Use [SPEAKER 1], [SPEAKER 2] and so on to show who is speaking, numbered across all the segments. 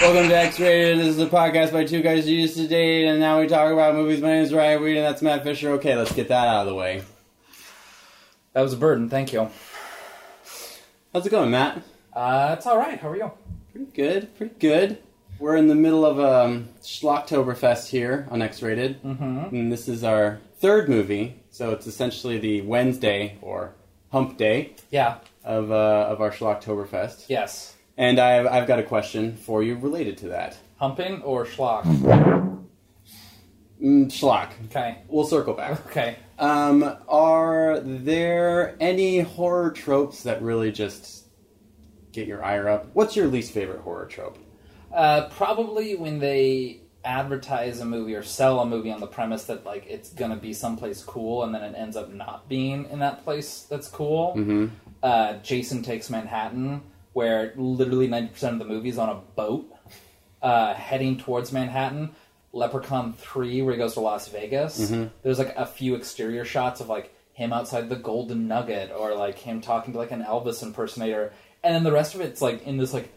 [SPEAKER 1] Welcome to X Rated. This is a podcast by two guys who used to date, and now we talk about movies. My name's Ryan Reed, and that's Matt Fisher. Okay, let's get that out of the way.
[SPEAKER 2] That was a burden. Thank you.
[SPEAKER 1] How's it going, Matt?
[SPEAKER 2] Uh, it's all right. How are you?
[SPEAKER 1] Pretty good, pretty good. We're in the middle of um, Schlocktoberfest here on X Rated,
[SPEAKER 2] Mm-hmm.
[SPEAKER 1] and this is our third movie, so it's essentially the Wednesday or Hump Day
[SPEAKER 2] Yeah.
[SPEAKER 1] of uh, of our Schlocktoberfest.
[SPEAKER 2] Yes.
[SPEAKER 1] And I've I've got a question for you related to that.
[SPEAKER 2] Humping or schlock?
[SPEAKER 1] Mm, schlock.
[SPEAKER 2] Okay.
[SPEAKER 1] We'll circle back.
[SPEAKER 2] Okay.
[SPEAKER 1] Um, are there any horror tropes that really just get your ire up? What's your least favorite horror trope?
[SPEAKER 2] Uh, probably when they advertise a movie or sell a movie on the premise that like it's gonna be someplace cool, and then it ends up not being in that place that's cool.
[SPEAKER 1] Mm-hmm.
[SPEAKER 2] Uh, Jason Takes Manhattan, where literally ninety percent of the movie is on a boat uh, heading towards Manhattan. Leprechaun Three, where he goes to Las Vegas.
[SPEAKER 1] Mhm.
[SPEAKER 2] There's like a few exterior shots of like him outside the Golden Nugget, or like him talking to like an Elvis impersonator, and then the rest of it's like in this like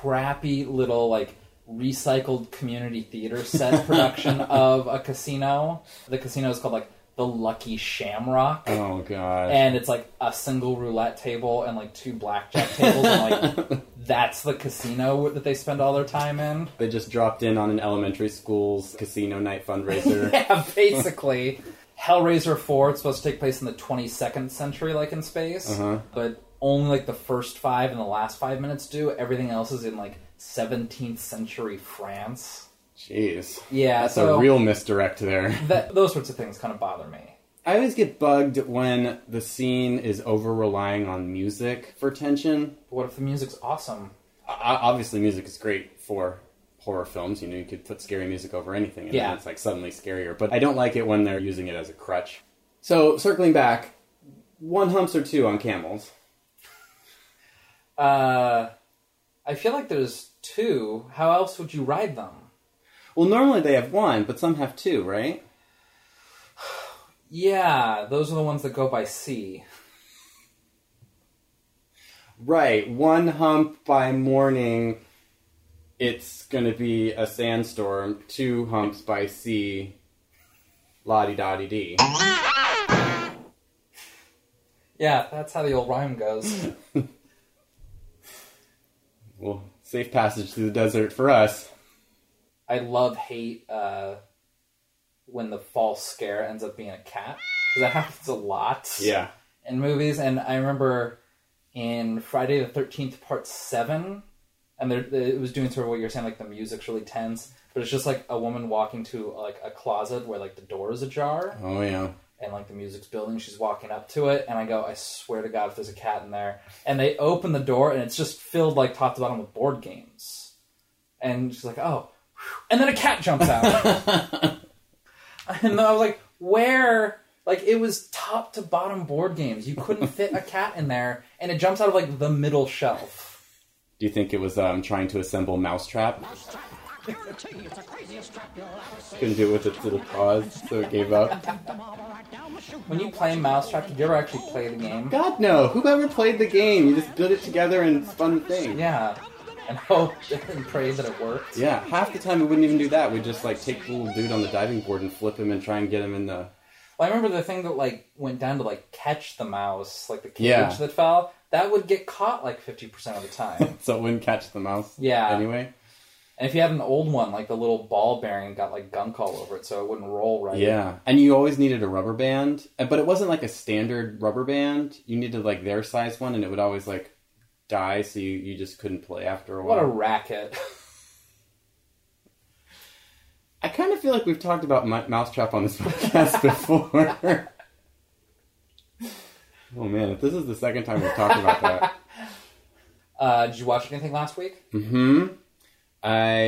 [SPEAKER 2] crappy little like recycled community theater set production of a casino. The casino is called like the Lucky Shamrock
[SPEAKER 1] Oh god.
[SPEAKER 2] and it's like a single roulette table and like two blackjack tables and like that's the casino that they spend all their time in
[SPEAKER 1] they just dropped in on an elementary school's casino night fundraiser.
[SPEAKER 2] yeah basically hellraiser 4 it's supposed to take place in the 22nd century like in space
[SPEAKER 1] Uh-huh.
[SPEAKER 2] but only like the first five and the last five minutes do everything else is in like 17th century france
[SPEAKER 1] Jeez.
[SPEAKER 2] yeah
[SPEAKER 1] That's
[SPEAKER 2] so
[SPEAKER 1] a real misdirect there.
[SPEAKER 2] that, those sorts of things kind of bother me
[SPEAKER 1] I always get bugged when the scene is over relying on music for tension.
[SPEAKER 2] but what if the music's awesome
[SPEAKER 1] O- Obviously, music is great for horror films. You know, you could put scary music over anything, and
[SPEAKER 2] Yeah.
[SPEAKER 1] then it's like suddenly scarier. But I don't like it when they're using it as a crutch. So, circling back, one humps or two on camels.
[SPEAKER 2] uh i feel like there's two how else would you ride them
[SPEAKER 1] Well, normally they have one, but some have two, right?
[SPEAKER 2] Yeah, those are the ones that go by sea.
[SPEAKER 1] Right. One hump by morning, it's gonna be a sandstorm. Two humps by sea, la di da di dee.
[SPEAKER 2] Yeah, that's how the old rhyme goes.
[SPEAKER 1] Well, safe passage through the desert for us.
[SPEAKER 2] I love hate uh, when the false scare ends up being a cat because that happens a lot
[SPEAKER 1] Yeah.
[SPEAKER 2] in movies. And I remember in Friday the Thirteenth Part Seven, and there, it was doing sort of what you're saying, like the music's really tense, but it's just like a woman walking to like a closet where like the door is ajar.
[SPEAKER 1] Oh yeah.
[SPEAKER 2] and like the music's building. She's walking up to it, and I go, I swear to God, if there's a cat in there. And they open the door, and it's just filled like top to bottom with board games. And she's like, oh. whew. And then a cat jumps out. and I was like, where? Like, it was top to bottom board games. You couldn't fit a cat in there, and it jumps out of like the middle shelf.
[SPEAKER 1] Do you think it was um, trying to assemble Mousetrap?
[SPEAKER 3] Guarantee it's the craziest trap you'll ever see.
[SPEAKER 1] Couldn't do it with its little paws, so it gave up.
[SPEAKER 2] When you play Mousetrap, did you ever actually play the game?
[SPEAKER 1] God no! Whoever played the game, you just built it together and spun the thing.
[SPEAKER 2] Yeah. And hoped and prayed that it worked.
[SPEAKER 1] Yeah, half the time we wouldn't even do that. We'd just like take the little dude on the diving board and flip him and try and get him in the.
[SPEAKER 2] Well, I remember the thing that like went down to like catch the mouse, like the cage
[SPEAKER 1] Yeah.
[SPEAKER 2] that fell. That would get caught like fifty percent of the time.
[SPEAKER 1] So it wouldn't catch the mouse.
[SPEAKER 2] Yeah.
[SPEAKER 1] Anyway.
[SPEAKER 2] and if you had an old one, like the little ball bearing got like gunk all over it, so it wouldn't roll right.
[SPEAKER 1] Yeah, and you always needed a rubber band, uh, but it wasn't like a standard rubber band. You needed like their size one, and it would always like die, so you you just couldn't play after a
[SPEAKER 2] What a
[SPEAKER 1] while.
[SPEAKER 2] racket!
[SPEAKER 1] I kind of feel like we've talked about M- Mousetrap on this podcast before. oh man, if this is the second time we've talked about that.
[SPEAKER 2] Uh, did you watch anything last week?
[SPEAKER 1] Hmm. I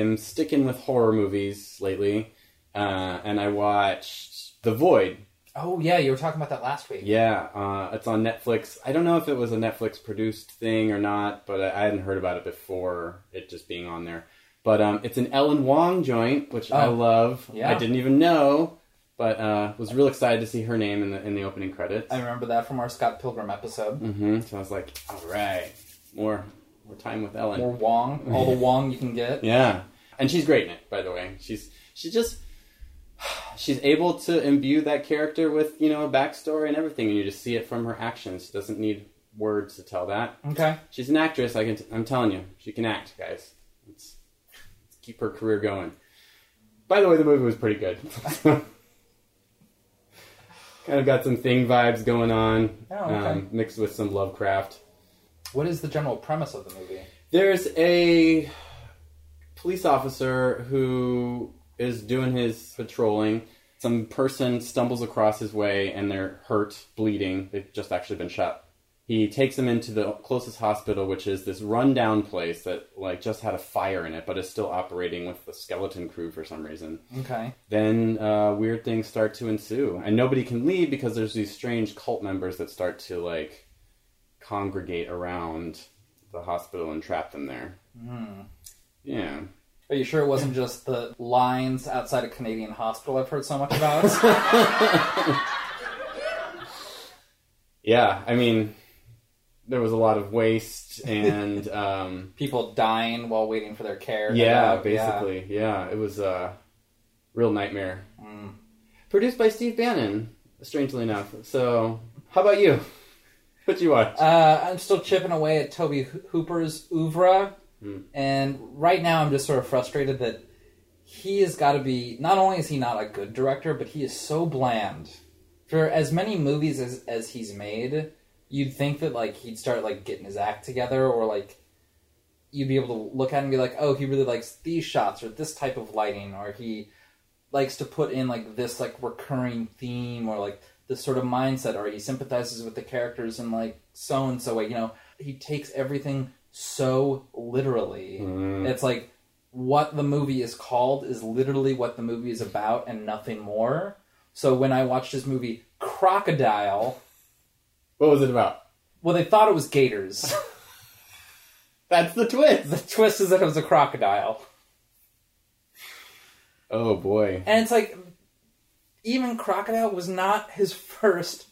[SPEAKER 1] am sticking with horror movies lately, uh, and I watched The Void
[SPEAKER 2] Oh yeah, you were talking about that last week.
[SPEAKER 1] Yeah, uh, it's on Netflix. I don't know if it was a Netflix produced thing or not, but I, I hadn't heard about it before it just being on there. But um, it's an Ellen Wong joint, which I
[SPEAKER 2] Oh,
[SPEAKER 1] love.
[SPEAKER 2] yeah.
[SPEAKER 1] I didn't even know, but uh, was real excited to see her name in the in the opening credits.
[SPEAKER 2] I remember that from our Scott Pilgrim episode.
[SPEAKER 1] hmm So I was like, all right, more more time with Ellen.
[SPEAKER 2] Or Wong, all the Wong you can get.
[SPEAKER 1] Yeah, and she's great in it, by the way. She's she just she's able to imbue that character with you know a backstory and everything, and you just see it from her actions. She doesn't need words to tell that.
[SPEAKER 2] Okay.
[SPEAKER 1] She's an actress. I can. T- I'm telling you, she can act, guys. Let's, let's keep her career going. By the way, the movie was pretty good. kind of got some thing vibes going on, um,
[SPEAKER 2] Oh, okay.
[SPEAKER 1] mixed with some Lovecraft.
[SPEAKER 2] What is the general premise of the movie?
[SPEAKER 1] There's a police officer who is doing his patrolling. Some person stumbles across his way and they're hurt, bleeding. They've just actually been shot. He takes them into the closest hospital, which is this rundown place that like just had a fire in it, but is still operating with the skeleton crew for some reason.
[SPEAKER 2] Okay.
[SPEAKER 1] Then uh, weird things start to ensue, and nobody can leave because there's these strange cult members that start to like congregate around the hospital and trap them there.
[SPEAKER 2] Hmm.
[SPEAKER 1] Yeah.
[SPEAKER 2] Are you sure it wasn't just the lines outside a Canadian hospital I've heard so much about?
[SPEAKER 1] Yeah, I mean, there was a lot of waste and um,
[SPEAKER 2] People dying while waiting for their care.
[SPEAKER 1] yeah,
[SPEAKER 2] Uh,
[SPEAKER 1] basically, yeah. it was a real nightmare.
[SPEAKER 2] Mm.
[SPEAKER 1] Produced by Steve Bannon, strangely enough. So, how about you? What you watch?
[SPEAKER 2] Uh, I'm still chipping away at Toby Ho- Hooper's oeuvre,
[SPEAKER 1] Hmm.
[SPEAKER 2] and right now I'm just sort of frustrated that he has got to be. Not only is he not a good director, but he is so bland. For as many movies as as he's made, you'd think that like he'd start like getting his act together, or like you'd be able to look at him and be like, oh, he really likes these shots or this type of lighting, or he likes to put in like this like recurring theme or like this sort of mindset or he sympathizes with the characters in like so and so way you know he takes everything so literally
[SPEAKER 1] Mm.
[SPEAKER 2] it's like what the movie is called is literally what the movie is about and nothing more so when i watched this movie crocodile
[SPEAKER 1] What was it about?
[SPEAKER 2] well they thought it was gators
[SPEAKER 1] That's the twist.
[SPEAKER 2] the twist is that it was a crocodile
[SPEAKER 1] Oh boy.
[SPEAKER 2] And it's like, even Crocodile was not his first,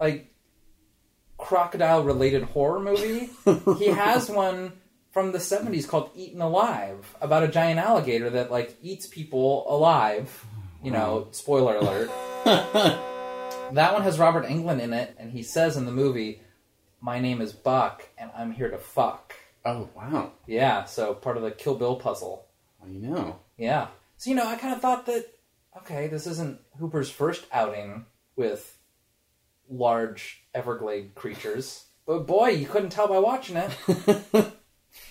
[SPEAKER 2] like, crocodile related horror movie. he has one from the 70s called Eaten Alive about a giant alligator that, like, eats people alive. You know, spoiler alert.
[SPEAKER 1] Oh,
[SPEAKER 2] that one has Robert Englund in it, and he says in the movie, My name is Buck, and I'm here to fuck.
[SPEAKER 1] Oh wow.
[SPEAKER 2] Yeah, so part of the Kill Bill puzzle.
[SPEAKER 1] Well, you know.
[SPEAKER 2] Yeah. So you know, I kind of thought that okay, this isn't Hooper's first outing with large Everglade creatures, but boy, you couldn't tell by watching it.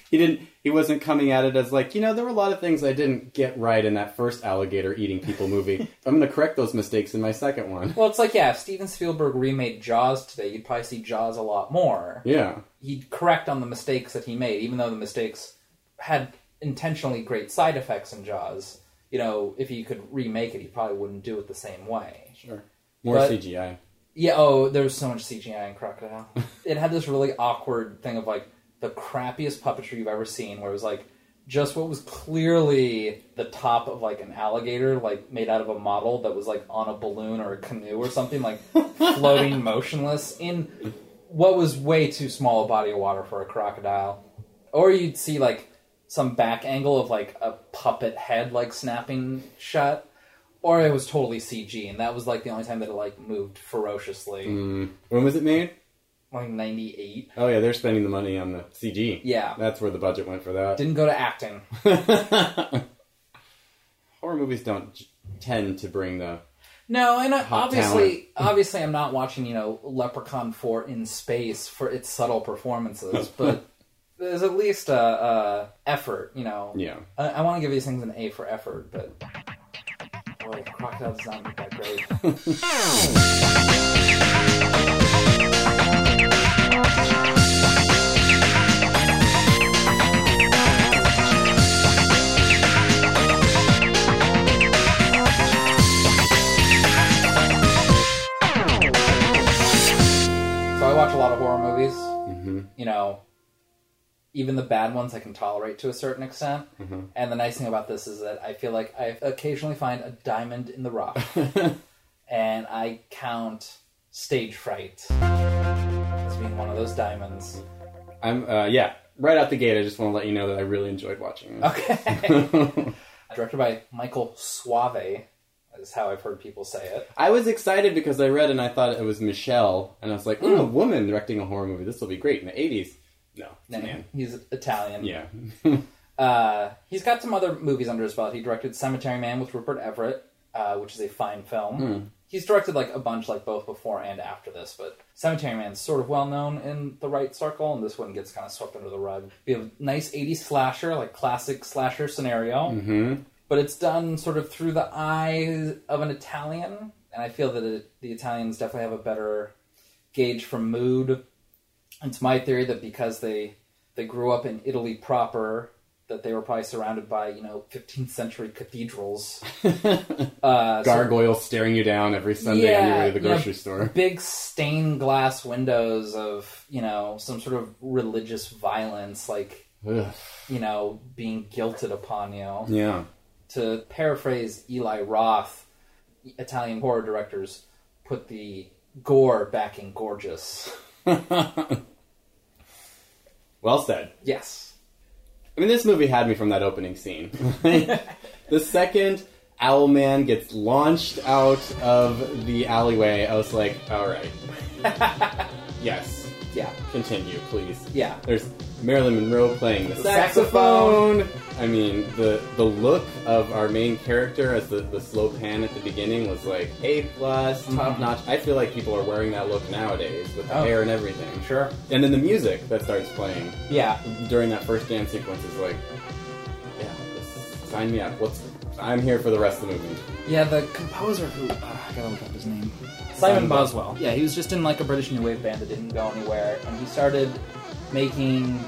[SPEAKER 1] he didn't he wasn't coming at it as like you know there were a lot of things i didn't get right in that first alligator eating people movie i'm going to correct those mistakes in my second one
[SPEAKER 2] well, it's like yeah, if Steven Spielberg remade Jaws today, you'd probably see Jaws a lot more.
[SPEAKER 1] yeah
[SPEAKER 2] He'd correct on the mistakes that he made, even though the mistakes had intentionally great side effects in Jaws. You know, if he could remake it, he probably wouldn't do it the same way.
[SPEAKER 1] sure more
[SPEAKER 2] But-
[SPEAKER 1] cgi
[SPEAKER 2] Yeah, oh, there was so much CGI in Crocodile. it had this really awkward thing of like the crappiest puppetry you've ever seen, where it was like just what was clearly the top of like an alligator, like made out of a model that was like on a balloon or a canoe or something, like floating motionless in what was way too small a body of water for a crocodile. Or you'd see like some back angle of like a puppet head like snapping shut. Or it was totally CG, and that was like the only time that it like moved ferociously,
[SPEAKER 1] mm. when was it made
[SPEAKER 2] like ninety eight.
[SPEAKER 1] oh yeah they're spending the money on the cg
[SPEAKER 2] Yeah,
[SPEAKER 1] that's where the budget went for that
[SPEAKER 2] didn't go to acting.
[SPEAKER 1] horror movies don't j- tend to bring the
[SPEAKER 2] No, and I,
[SPEAKER 1] Hot
[SPEAKER 2] obviously, obviously, I'm not watching you know Leprechaun Four in space for its subtle performances, but there's at least a, a effort. You know,
[SPEAKER 1] yeah
[SPEAKER 2] I, I want to give these things an A for effort, but boy, Crocodile does not make that great. watch a lot of horror movies.
[SPEAKER 1] hmm
[SPEAKER 2] you know, even the bad ones I can tolerate to a certain extent.
[SPEAKER 1] Mhm.
[SPEAKER 2] And the nice thing about this is that I feel like I occasionally find a diamond in the rock, and I count stage fright as being one of those diamonds.
[SPEAKER 1] I'm uh, yeah. Right out the gate, I just want to let you know that I really enjoyed watching it.
[SPEAKER 2] Okay. Directed by Michael Suave, is how I've heard people say it.
[SPEAKER 1] I was excited because I read and I thought it was Michelle, and I was like, "Oh, a woman directing a horror movie. This will be great." In the '80s, no, it's a
[SPEAKER 2] And
[SPEAKER 1] man.
[SPEAKER 2] He's Italian.
[SPEAKER 1] Yeah,
[SPEAKER 2] Uh, he's got some other movies under his belt. He directed Cemetery Man with Rupert Everett, uh, which is a fine film. He's directed like a bunch, like both before and after this. But Cemetery Man's sort of well known in the right circle, and this one gets kind of swept under the rug. We have a nice '80s slasher, like classic slasher scenario,
[SPEAKER 1] hmm
[SPEAKER 2] but it's done sort of through the eyes of an Italian, and I feel that it, the Italians definitely have a better gauge for mood. It's my theory that because they they grew up in Italy proper, that they were probably surrounded by you know 15th century cathedrals, uh, so
[SPEAKER 1] gargoyles staring you down every Sunday on your
[SPEAKER 2] Yeah,
[SPEAKER 1] way to the
[SPEAKER 2] you know,
[SPEAKER 1] grocery store.
[SPEAKER 2] big stained glass windows of you know some sort of religious violence, like
[SPEAKER 1] Ugh.
[SPEAKER 2] you know being guilted upon you.
[SPEAKER 1] Yeah,
[SPEAKER 2] to paraphrase Eli Roth, Italian horror directors put the gore back in gorgeous.
[SPEAKER 1] well said.
[SPEAKER 2] Yes.
[SPEAKER 1] I mean, this movie had me from that opening scene. the second Owlman gets launched out of the alleyway, I was like, all right. yes,
[SPEAKER 2] Yeah.
[SPEAKER 1] continue, please.
[SPEAKER 2] Yeah.
[SPEAKER 1] There's Marilyn Monroe playing the
[SPEAKER 2] saxophone.
[SPEAKER 1] saxophone. I mean, the the look of our main character as the, the slow pan at the beginning was like A plus, top notch. I feel like people are wearing that look nowadays with the
[SPEAKER 2] Oh.
[SPEAKER 1] hair and everything.
[SPEAKER 2] Sure.
[SPEAKER 1] And then the music that starts playing
[SPEAKER 2] Yeah.
[SPEAKER 1] during that first dance sequence is like, yeah, this, sign me up. What's I'm here for the rest of the movie.
[SPEAKER 2] Yeah, the composer who. ah, I gotta look up his name. Simon Boswell. Yeah, he was just in like a British New Wave band that didn't go anywhere, and he started making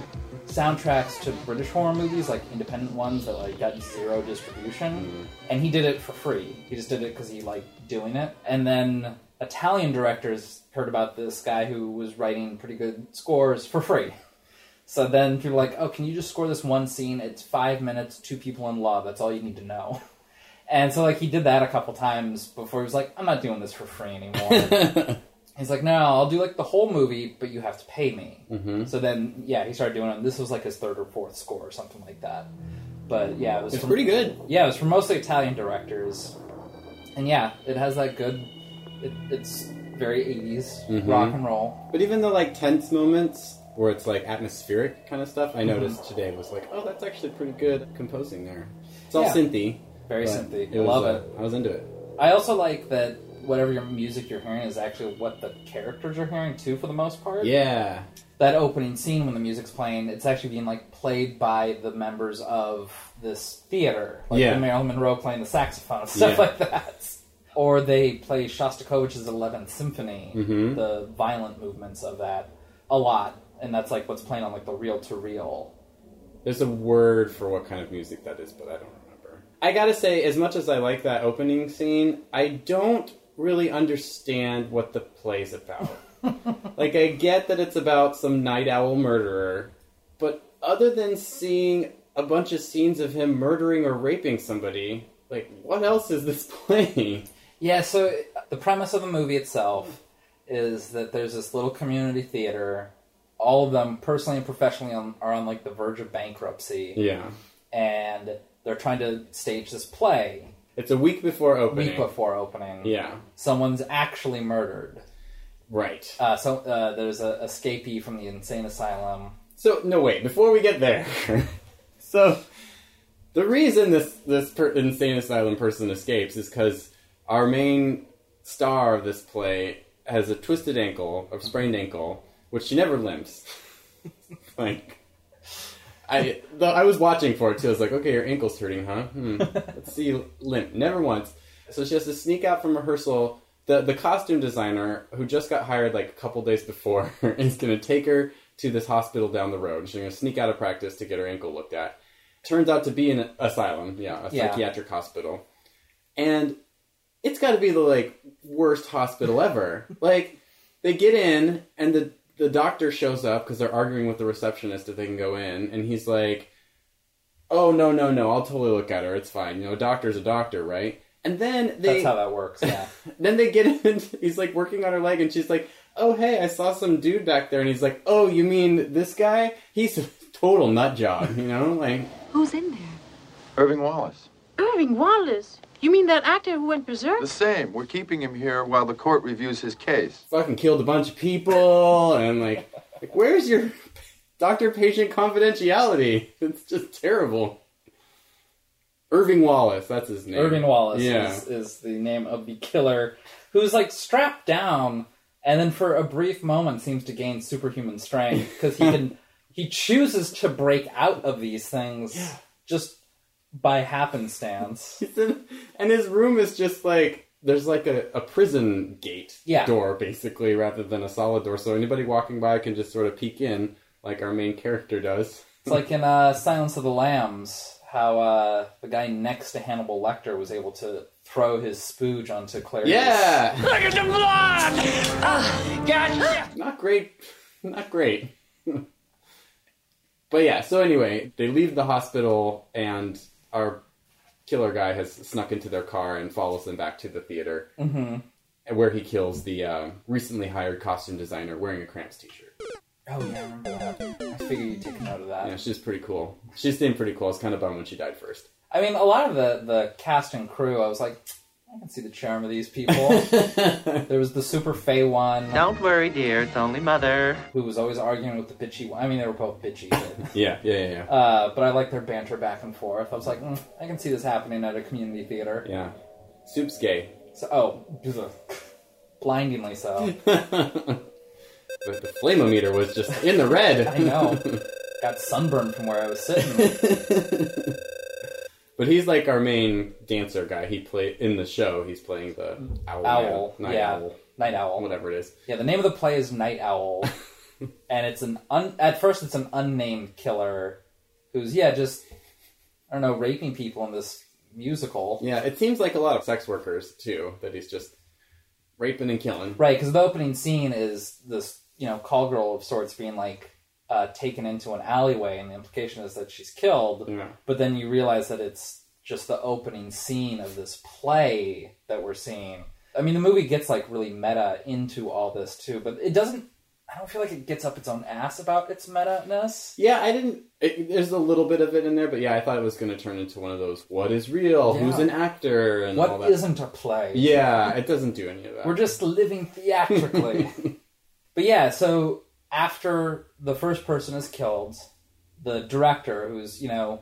[SPEAKER 2] soundtracks to British horror movies, like independent ones that like got zero distribution. And he did it for free. He just did it because he liked doing it. And then Italian directors heard about this guy who was writing pretty good scores for free. So then people were like, oh, can you just score this one scene? It's five minutes, two people in love. That's all you need to know. And so like he did that a couple times before he was like, I'm not doing this for free anymore. He's like, no, I'll do like the whole movie, but you have to pay me. Mm-hmm. So then, yeah, he started doing it. This was like his third or fourth score or something like that. But yeah, it was
[SPEAKER 1] It's
[SPEAKER 2] from-
[SPEAKER 1] pretty good.
[SPEAKER 2] Yeah, it was from mostly Italian directors, and yeah, it has that good. It, it's very 80s
[SPEAKER 1] Mhm.
[SPEAKER 2] rock and roll.
[SPEAKER 1] But even the like tense moments where it's like atmospheric kind of stuff,
[SPEAKER 2] Mm-hmm.
[SPEAKER 1] I noticed today was like, oh, that's actually pretty good composing there. It's all
[SPEAKER 2] Yeah.
[SPEAKER 1] synthy.
[SPEAKER 2] Very
[SPEAKER 1] but
[SPEAKER 2] synthy.
[SPEAKER 1] was,
[SPEAKER 2] Love
[SPEAKER 1] uh,
[SPEAKER 2] it.
[SPEAKER 1] I was into it.
[SPEAKER 2] I also like that whatever your music you're hearing is actually what the characters are hearing too, for the most part.
[SPEAKER 1] Yeah.
[SPEAKER 2] That opening scene when the music's playing, it's actually being like played by the members of this theater, like
[SPEAKER 1] Yeah.
[SPEAKER 2] the Marilyn Monroe playing the saxophone, stuff
[SPEAKER 1] Yeah.
[SPEAKER 2] like that. Or they play Shostakovich's Eleventh Symphony,
[SPEAKER 1] Mhm.
[SPEAKER 2] the violent movements of that a lot, and that's like what's playing on like the reel to reel.
[SPEAKER 1] There's a word for what kind of music that is, but I don't remember. I gotta say, as much as I like that opening scene, I don't really understand what the play's about. like, I get that it's about some night owl murderer, but other than seeing a bunch of scenes of him murdering or raping somebody, like, what else is this playing?
[SPEAKER 2] Yeah, so the premise of the movie itself is that there's this little community theater. All of them, personally and professionally, on, are on like the verge of bankruptcy,
[SPEAKER 1] Yeah.
[SPEAKER 2] and they're trying to stage this play
[SPEAKER 1] It's a week before
[SPEAKER 2] a
[SPEAKER 1] opening.
[SPEAKER 2] week before opening.
[SPEAKER 1] Yeah.
[SPEAKER 2] Someone's actually murdered.
[SPEAKER 1] Right.
[SPEAKER 2] Uh, so uh, there's a escapee from the insane asylum.
[SPEAKER 1] So no wait, before we get there. so the reason this this per- insane asylum person escapes is cuz our main star of this play has a twisted ankle, a sprained ankle, which she never limps. like I though I was watching for it too. I was like, okay, your ankle's hurting, huh? Hmm. Let's see you limp. Never once. So she has to sneak out from rehearsal. The the costume designer who just got hired like a couple days before is going to take her to this hospital down the road. She's going to sneak out of practice to get her ankle looked at. Turns out to be an asylum, yeah, a
[SPEAKER 2] Yeah.
[SPEAKER 1] psychiatric hospital, and it's got to be the like worst hospital ever. like they get in and the the doctor shows up because they're arguing with the receptionist if they can go in, and he's like, "Oh no, no, no! I'll totally look at her. It's fine. You know, a doctor's a doctor, right?" And then they
[SPEAKER 2] That's how that works. Yeah.
[SPEAKER 1] then they get in. He's like working on her leg, and she's like, "Oh hey, I saw some dude back there," and he's like, "Oh, you mean this guy? He's a total nut job, you know?" Like,
[SPEAKER 4] Who's in there?
[SPEAKER 5] Irving Wallace.
[SPEAKER 4] Irving Wallace. You mean that actor who went berserk?
[SPEAKER 5] The same. We're keeping him here while the court reviews his case.
[SPEAKER 1] fucking killed a bunch of people, and like, like where's your doctor-patient confidentiality? It's just terrible. Irving Wallace, that's his name.
[SPEAKER 2] Irving Wallace
[SPEAKER 1] Yeah.
[SPEAKER 2] is, is the name of the killer who's like strapped down and then for a brief moment seems to gain superhuman strength because he can he chooses to break out of these things just by happenstance.
[SPEAKER 1] He's in- and his room is just like there's like a, a prison gate
[SPEAKER 2] Yeah.
[SPEAKER 1] door basically rather than a solid door so anybody walking by can just sort of peek in like our main character does
[SPEAKER 2] It's like in uh, Silence of the Lambs, how uh, the guy next to Hannibal Lecter was able to throw his spooge onto Clarice.
[SPEAKER 1] yeah
[SPEAKER 3] Look at the blood! Ah,
[SPEAKER 1] not great not great but yeah so anyway they leave the hospital and our killer guy has snuck into their car and follows them back to the theater mm-hmm. where he kills the uh, recently hired costume designer wearing a Cramps t-shirt
[SPEAKER 2] Oh yeah, I remember that. I figure you'd take note of that.
[SPEAKER 1] Yeah, she's pretty cool. She seemed pretty cool. I was kind of bummed when she died first.
[SPEAKER 2] I mean, a lot of the, the cast and crew, I was like, I can see the charm of these people. there was the super fey one
[SPEAKER 6] Don't worry, dear. It's only mother.
[SPEAKER 2] who was always arguing with the bitchy one. I mean, they were both bitchy, but,
[SPEAKER 1] Yeah, yeah, yeah, yeah.
[SPEAKER 2] uh, but I like their banter back and forth. I was like, mm, I can see this happening at a community theater.
[SPEAKER 1] yeah. Soup's gay.
[SPEAKER 2] So, oh, ugh. blindingly so.
[SPEAKER 1] But the flamometer was just in the red.
[SPEAKER 2] I know. Got sunburned from where I was sitting.
[SPEAKER 1] But he's like our main dancer guy. He play in the show. He's playing the owl, man.
[SPEAKER 2] Owl,
[SPEAKER 1] night
[SPEAKER 2] yeah,
[SPEAKER 1] owl,
[SPEAKER 2] night owl.
[SPEAKER 1] whatever it is.
[SPEAKER 2] Yeah, the name of the play is Night Owl, and it's an un- at first it's an unnamed killer who's yeah just I don't know raping people in this musical.
[SPEAKER 1] Yeah, it seems like a lot of sex workers too. That he's just raping and killing.
[SPEAKER 2] Right, because the opening scene is this you know call girl of sorts being like uh, taken into an alleyway, and the implication is that she's killed.
[SPEAKER 1] Yeah.
[SPEAKER 2] But then you realize that it's just the opening scene of this play that we're seeing. I mean, the movie gets like really meta into all this too, but it doesn't. I don't feel like it gets up its own ass about its meta ness.
[SPEAKER 1] Yeah, I didn't. It, there's a little bit of it in there, but yeah, I thought it was going to turn into one of those "What is real?
[SPEAKER 2] Yeah.
[SPEAKER 1] Who's an actor?" and all
[SPEAKER 2] What
[SPEAKER 1] that.
[SPEAKER 2] isn't a play?
[SPEAKER 1] Yeah, it doesn't do any of that.
[SPEAKER 2] We're just living theatrically. but yeah, so after the first person is killed, the director, who's, you know,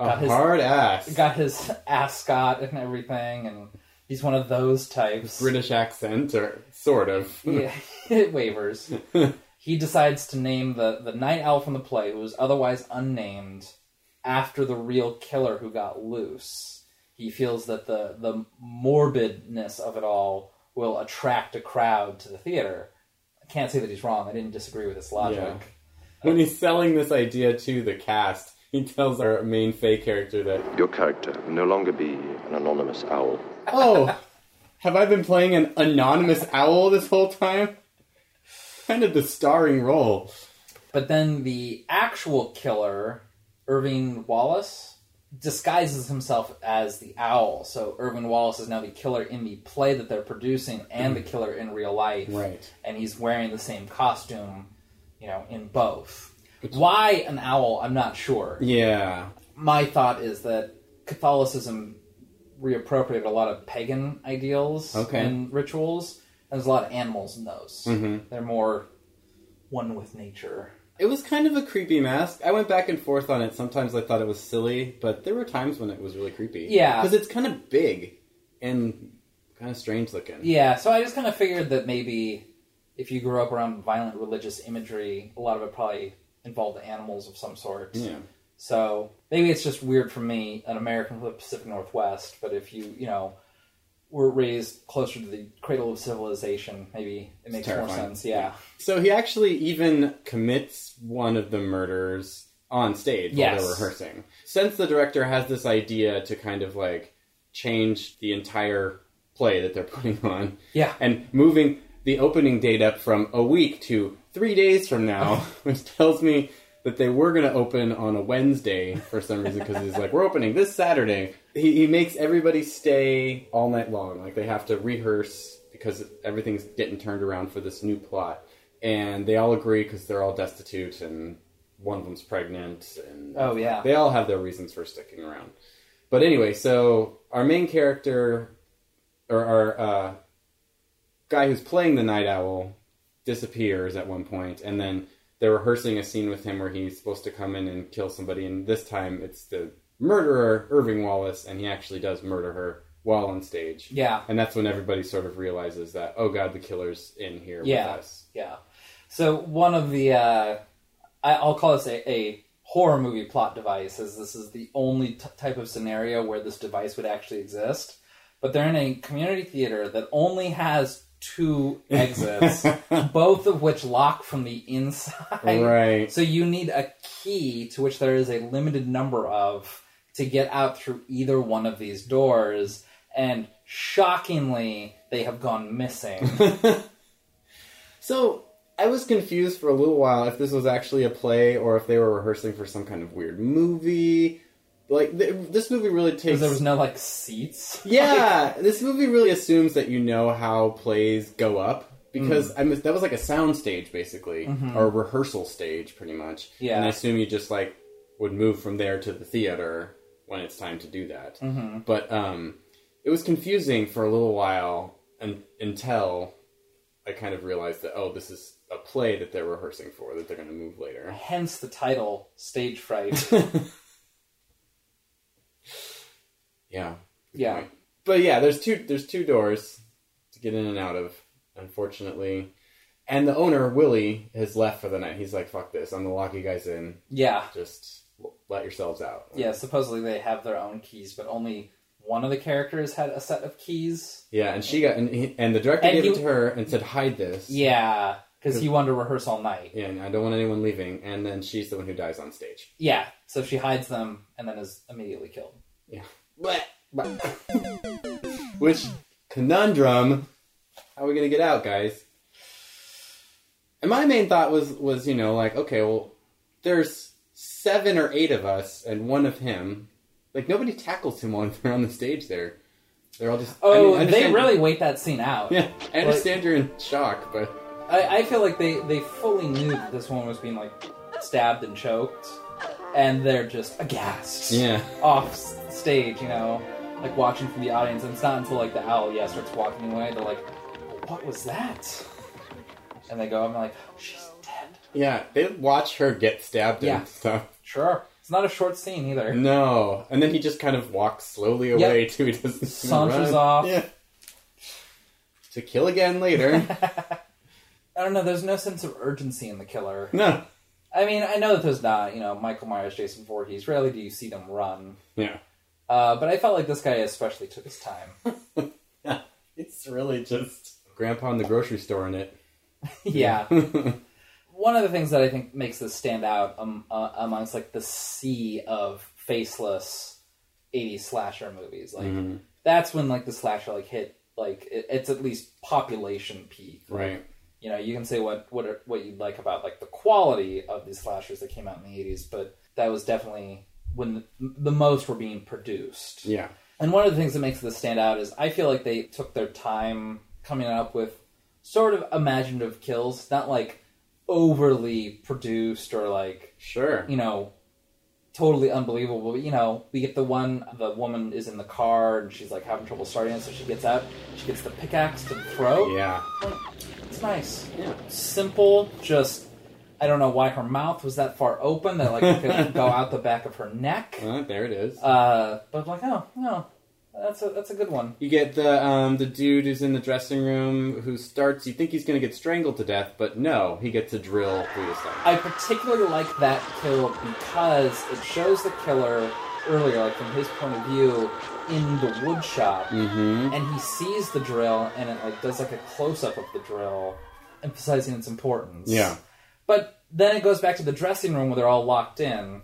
[SPEAKER 1] a
[SPEAKER 2] got his-
[SPEAKER 1] hard ass.
[SPEAKER 2] got his ascot and everything, and he's one of those types.
[SPEAKER 1] British accent, or sort of.
[SPEAKER 2] yeah, it wavers. he decides to name the, the night owl from the play, who was otherwise unnamed, after the real killer who got loose. He feels that the, the morbidness of it all will attract a crowd to the theater. I can't say that he's wrong. I didn't disagree with his logic.
[SPEAKER 1] Yeah. When he's selling this idea to the cast, he tells our main Faye character that,
[SPEAKER 7] Your character will no longer be an anonymous owl.
[SPEAKER 1] oh, have I been playing an anonymous owl this whole time? Kind of the starring role.
[SPEAKER 2] But then the actual killer, Irving Wallace, disguises himself as the owl. So Irving Wallace is now the killer in the play that they're producing and the killer in real life.
[SPEAKER 1] Right.
[SPEAKER 2] And he's wearing the same costume, you know, in both. Why an owl? I'm not sure.
[SPEAKER 1] Yeah.
[SPEAKER 2] My thought is that Catholicism reappropriated a lot of pagan ideals
[SPEAKER 1] Okay. Mm-hmm.
[SPEAKER 2] and rituals. And there's a lot of animals in those. They're more one with nature.
[SPEAKER 1] It was kind of a creepy mask. I went back and forth on it. Sometimes I thought it was silly, but there were times when it was really creepy.
[SPEAKER 2] Yeah.
[SPEAKER 1] Because it's kind of big and kind of strange looking.
[SPEAKER 2] Yeah, so I just kind of figured that maybe if you grew up around violent religious imagery, a lot of it probably involved animals of some sort.
[SPEAKER 1] Yeah.
[SPEAKER 2] So maybe it's just weird for me, an American from the Pacific Northwest, but if you, you know, were raised closer to the cradle of civilization, maybe it makes more
[SPEAKER 1] terrifying.
[SPEAKER 2] sense. Yeah.
[SPEAKER 1] So he actually even commits one of the murders on stage while
[SPEAKER 2] Yes.
[SPEAKER 1] they're rehearsing. Since the director has this idea to kind of like change the entire play that they're putting on
[SPEAKER 2] Yeah.
[SPEAKER 1] and moving the opening date up from a week to three days from now, which tells me that they were going to open on a Wednesday for some reason because he's like, we're opening this Saturday. He, he makes everybody stay all night long. Like they have to rehearse because everything's getting turned around for this new plot. And they all agree because they're all destitute and one of them's pregnant. And
[SPEAKER 2] Oh, yeah.
[SPEAKER 1] They all have their reasons for sticking around. But anyway, so our main character, or our uh, guy who's playing the night owl, disappears at one point, and then they're rehearsing a scene with him where he's supposed to come in and kill somebody, and this time it's the murderer, Irving Wallace, and he actually does murder her while on stage.
[SPEAKER 2] Yeah.
[SPEAKER 1] And that's when everybody sort of realizes that, oh god, the killer's in here
[SPEAKER 2] Yeah.
[SPEAKER 1] with us.
[SPEAKER 2] Yeah. So one of the uh, I, I'll call this a, a horror movie plot device, as this is the only t- type of scenario where this device would actually exist. But they're in a community theater that only has two exits, both of which lock from the inside.
[SPEAKER 1] Right.
[SPEAKER 2] So you need a key to which there is a limited number of to get out through either one of these doors. And shockingly, they have gone missing.
[SPEAKER 1] So I was confused for a little while if this was actually a play or if they were rehearsing for some kind of weird movie. Like th- this movie really takes.
[SPEAKER 2] Because there was no like seats.
[SPEAKER 1] yeah, this movie really assumes that you know how plays go up because
[SPEAKER 2] Mm.
[SPEAKER 1] I mean, that was like a sound stage basically or a rehearsal stage pretty much.
[SPEAKER 2] Mm-hmm. Yeah.
[SPEAKER 1] and I assume you just like would move from there to the theater when it's time to do that. But um, it was confusing for a little while and until I kind of realized that oh, this is a play that they're rehearsing for that they're going to move later.
[SPEAKER 2] Hence the title, Stage Fright.
[SPEAKER 1] Yeah.
[SPEAKER 2] yeah.
[SPEAKER 1] But yeah, there's two there's two doors to get in and out of, unfortunately. And the owner, Willie, has left for the night. He's like, fuck this. I'm the lock you guys in.
[SPEAKER 2] Yeah.
[SPEAKER 1] Just l- let yourselves out.
[SPEAKER 2] Yeah, supposedly they have their own keys, but only one of the characters had a set of keys.
[SPEAKER 1] Yeah, and she got, and, he, and the director
[SPEAKER 2] And
[SPEAKER 1] gave it
[SPEAKER 2] he-
[SPEAKER 1] to her and said, hide this.
[SPEAKER 2] Yeah, because he wanted to rehearse all night.
[SPEAKER 1] And I don't want anyone leaving. And then she's the one who dies on stage.
[SPEAKER 2] Yeah, so she hides them and then is immediately killed.
[SPEAKER 1] Yeah. Which, conundrum. How are we going to get out, guys? And my main thought was, was, you know, like, okay, well, there's seven or eight of us and one of him. Like, nobody tackles him while they're on the stage there. They're all just. I mean, I
[SPEAKER 2] Oh, they
[SPEAKER 1] understand-
[SPEAKER 2] really wait that scene out.
[SPEAKER 1] Yeah, I understand you're in shock, but.
[SPEAKER 2] I, I feel like they, they fully knew that this woman was being, like, stabbed and choked, and they're just aghast.
[SPEAKER 1] Yeah.
[SPEAKER 2] off s- stage, you know, like watching from the audience. And it's not until like the owl, yeah, starts walking away. They're like, "What was that?" And they go, "I'm like, "Oh, she's dead."
[SPEAKER 1] Yeah, they watch her get stabbed
[SPEAKER 2] Yeah.
[SPEAKER 1] and stuff.
[SPEAKER 2] Sure, it's not a short scene either.
[SPEAKER 1] No, and then he just kind of walks slowly away too. He doesn't
[SPEAKER 2] Saunters
[SPEAKER 1] run.
[SPEAKER 2] off.
[SPEAKER 1] Yeah. To kill again later.
[SPEAKER 2] I don't know. There's no sense of urgency in the killer.
[SPEAKER 1] no.
[SPEAKER 2] I mean, I know that there's not. You know, Michael Myers, Jason Voorhees. Rarely do you see them run.
[SPEAKER 1] Yeah.
[SPEAKER 2] Uh, but I felt like this guy especially took his time.
[SPEAKER 1] It's really just Grandpa in the grocery store in it.
[SPEAKER 2] yeah. One of the things that I think makes this stand out um, uh, amongst like the sea of faceless 80s slasher movies, like that's when like the slasher like hit like it, it's at least population peak.
[SPEAKER 1] Right.
[SPEAKER 2] You know, you can say what what are- what you'd like about like the quality of these slashers that came out in the 80s, but that was definitely when the, the most were being produced.
[SPEAKER 1] Yeah.
[SPEAKER 2] And one of the things that makes this stand out is I feel like they took their time coming up with sort of imaginative kills, not like overly produced or like,
[SPEAKER 1] Sure.
[SPEAKER 2] you know, totally unbelievable. But, you know, we get the one, the woman is in the car and she's like having trouble starting it, so she gets out, she gets the pickaxe to the throat.
[SPEAKER 1] Yeah.
[SPEAKER 2] It's nice.
[SPEAKER 1] Yeah.
[SPEAKER 2] Simple, just. I don't know why her mouth was that far open that like it could go out the back of her neck.
[SPEAKER 1] Well, there it is.
[SPEAKER 2] Uh, but like, oh no, that's a that's a good one.
[SPEAKER 1] you get the um, the dude who's in the dressing room who starts. You think he's going to get strangled to death, but no, he gets a drill through the stomach.
[SPEAKER 2] I particularly like that kill because it shows the killer earlier, like from his point of view, in the wood shop,
[SPEAKER 1] Mm-hmm.
[SPEAKER 2] and he sees the drill, and it like does like a close up of the drill, emphasizing its importance.
[SPEAKER 1] Yeah.
[SPEAKER 2] But then it goes back to the dressing room where they're all locked in,